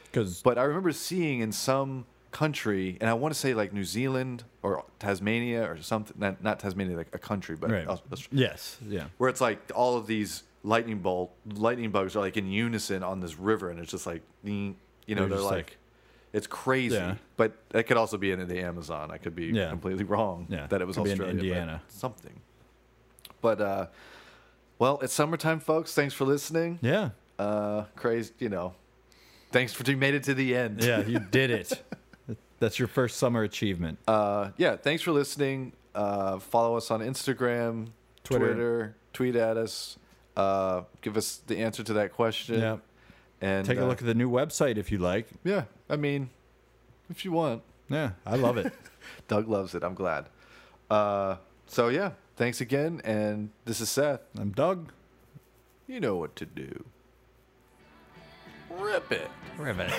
Because But I remember seeing in some country, and I want to say like New Zealand or Tasmania or something. Not, not Tasmania, like a country, but Right. Aus- Aus- yes, yeah, where it's like all of these lightning bolt lightning bugs are like in unison on this river and it's just like "Ding," you know They're they're, just like, like- it's crazy Yeah. but that could also be in the amazon i could be Yeah. completely wrong Yeah. that it was Could be in australia but Indiana. something but uh well it's summertime folks thanks for listening yeah, uh crazy you know thanks for you made it to the end yeah. You did it. That's your first summer achievement. uh, yeah, thanks for listening. Uh, follow us on Instagram, Twitter. Twitter, tweet at us. Uh, give us the answer to that question. Yeah. And Take a uh, look at the new website if you like. yeah, I mean, if you want. Yeah, I love it. Doug loves it. I'm glad. Uh, so yeah, thanks again. And this is Seth. I'm Doug. You know what to do. Rip it. Ribbit.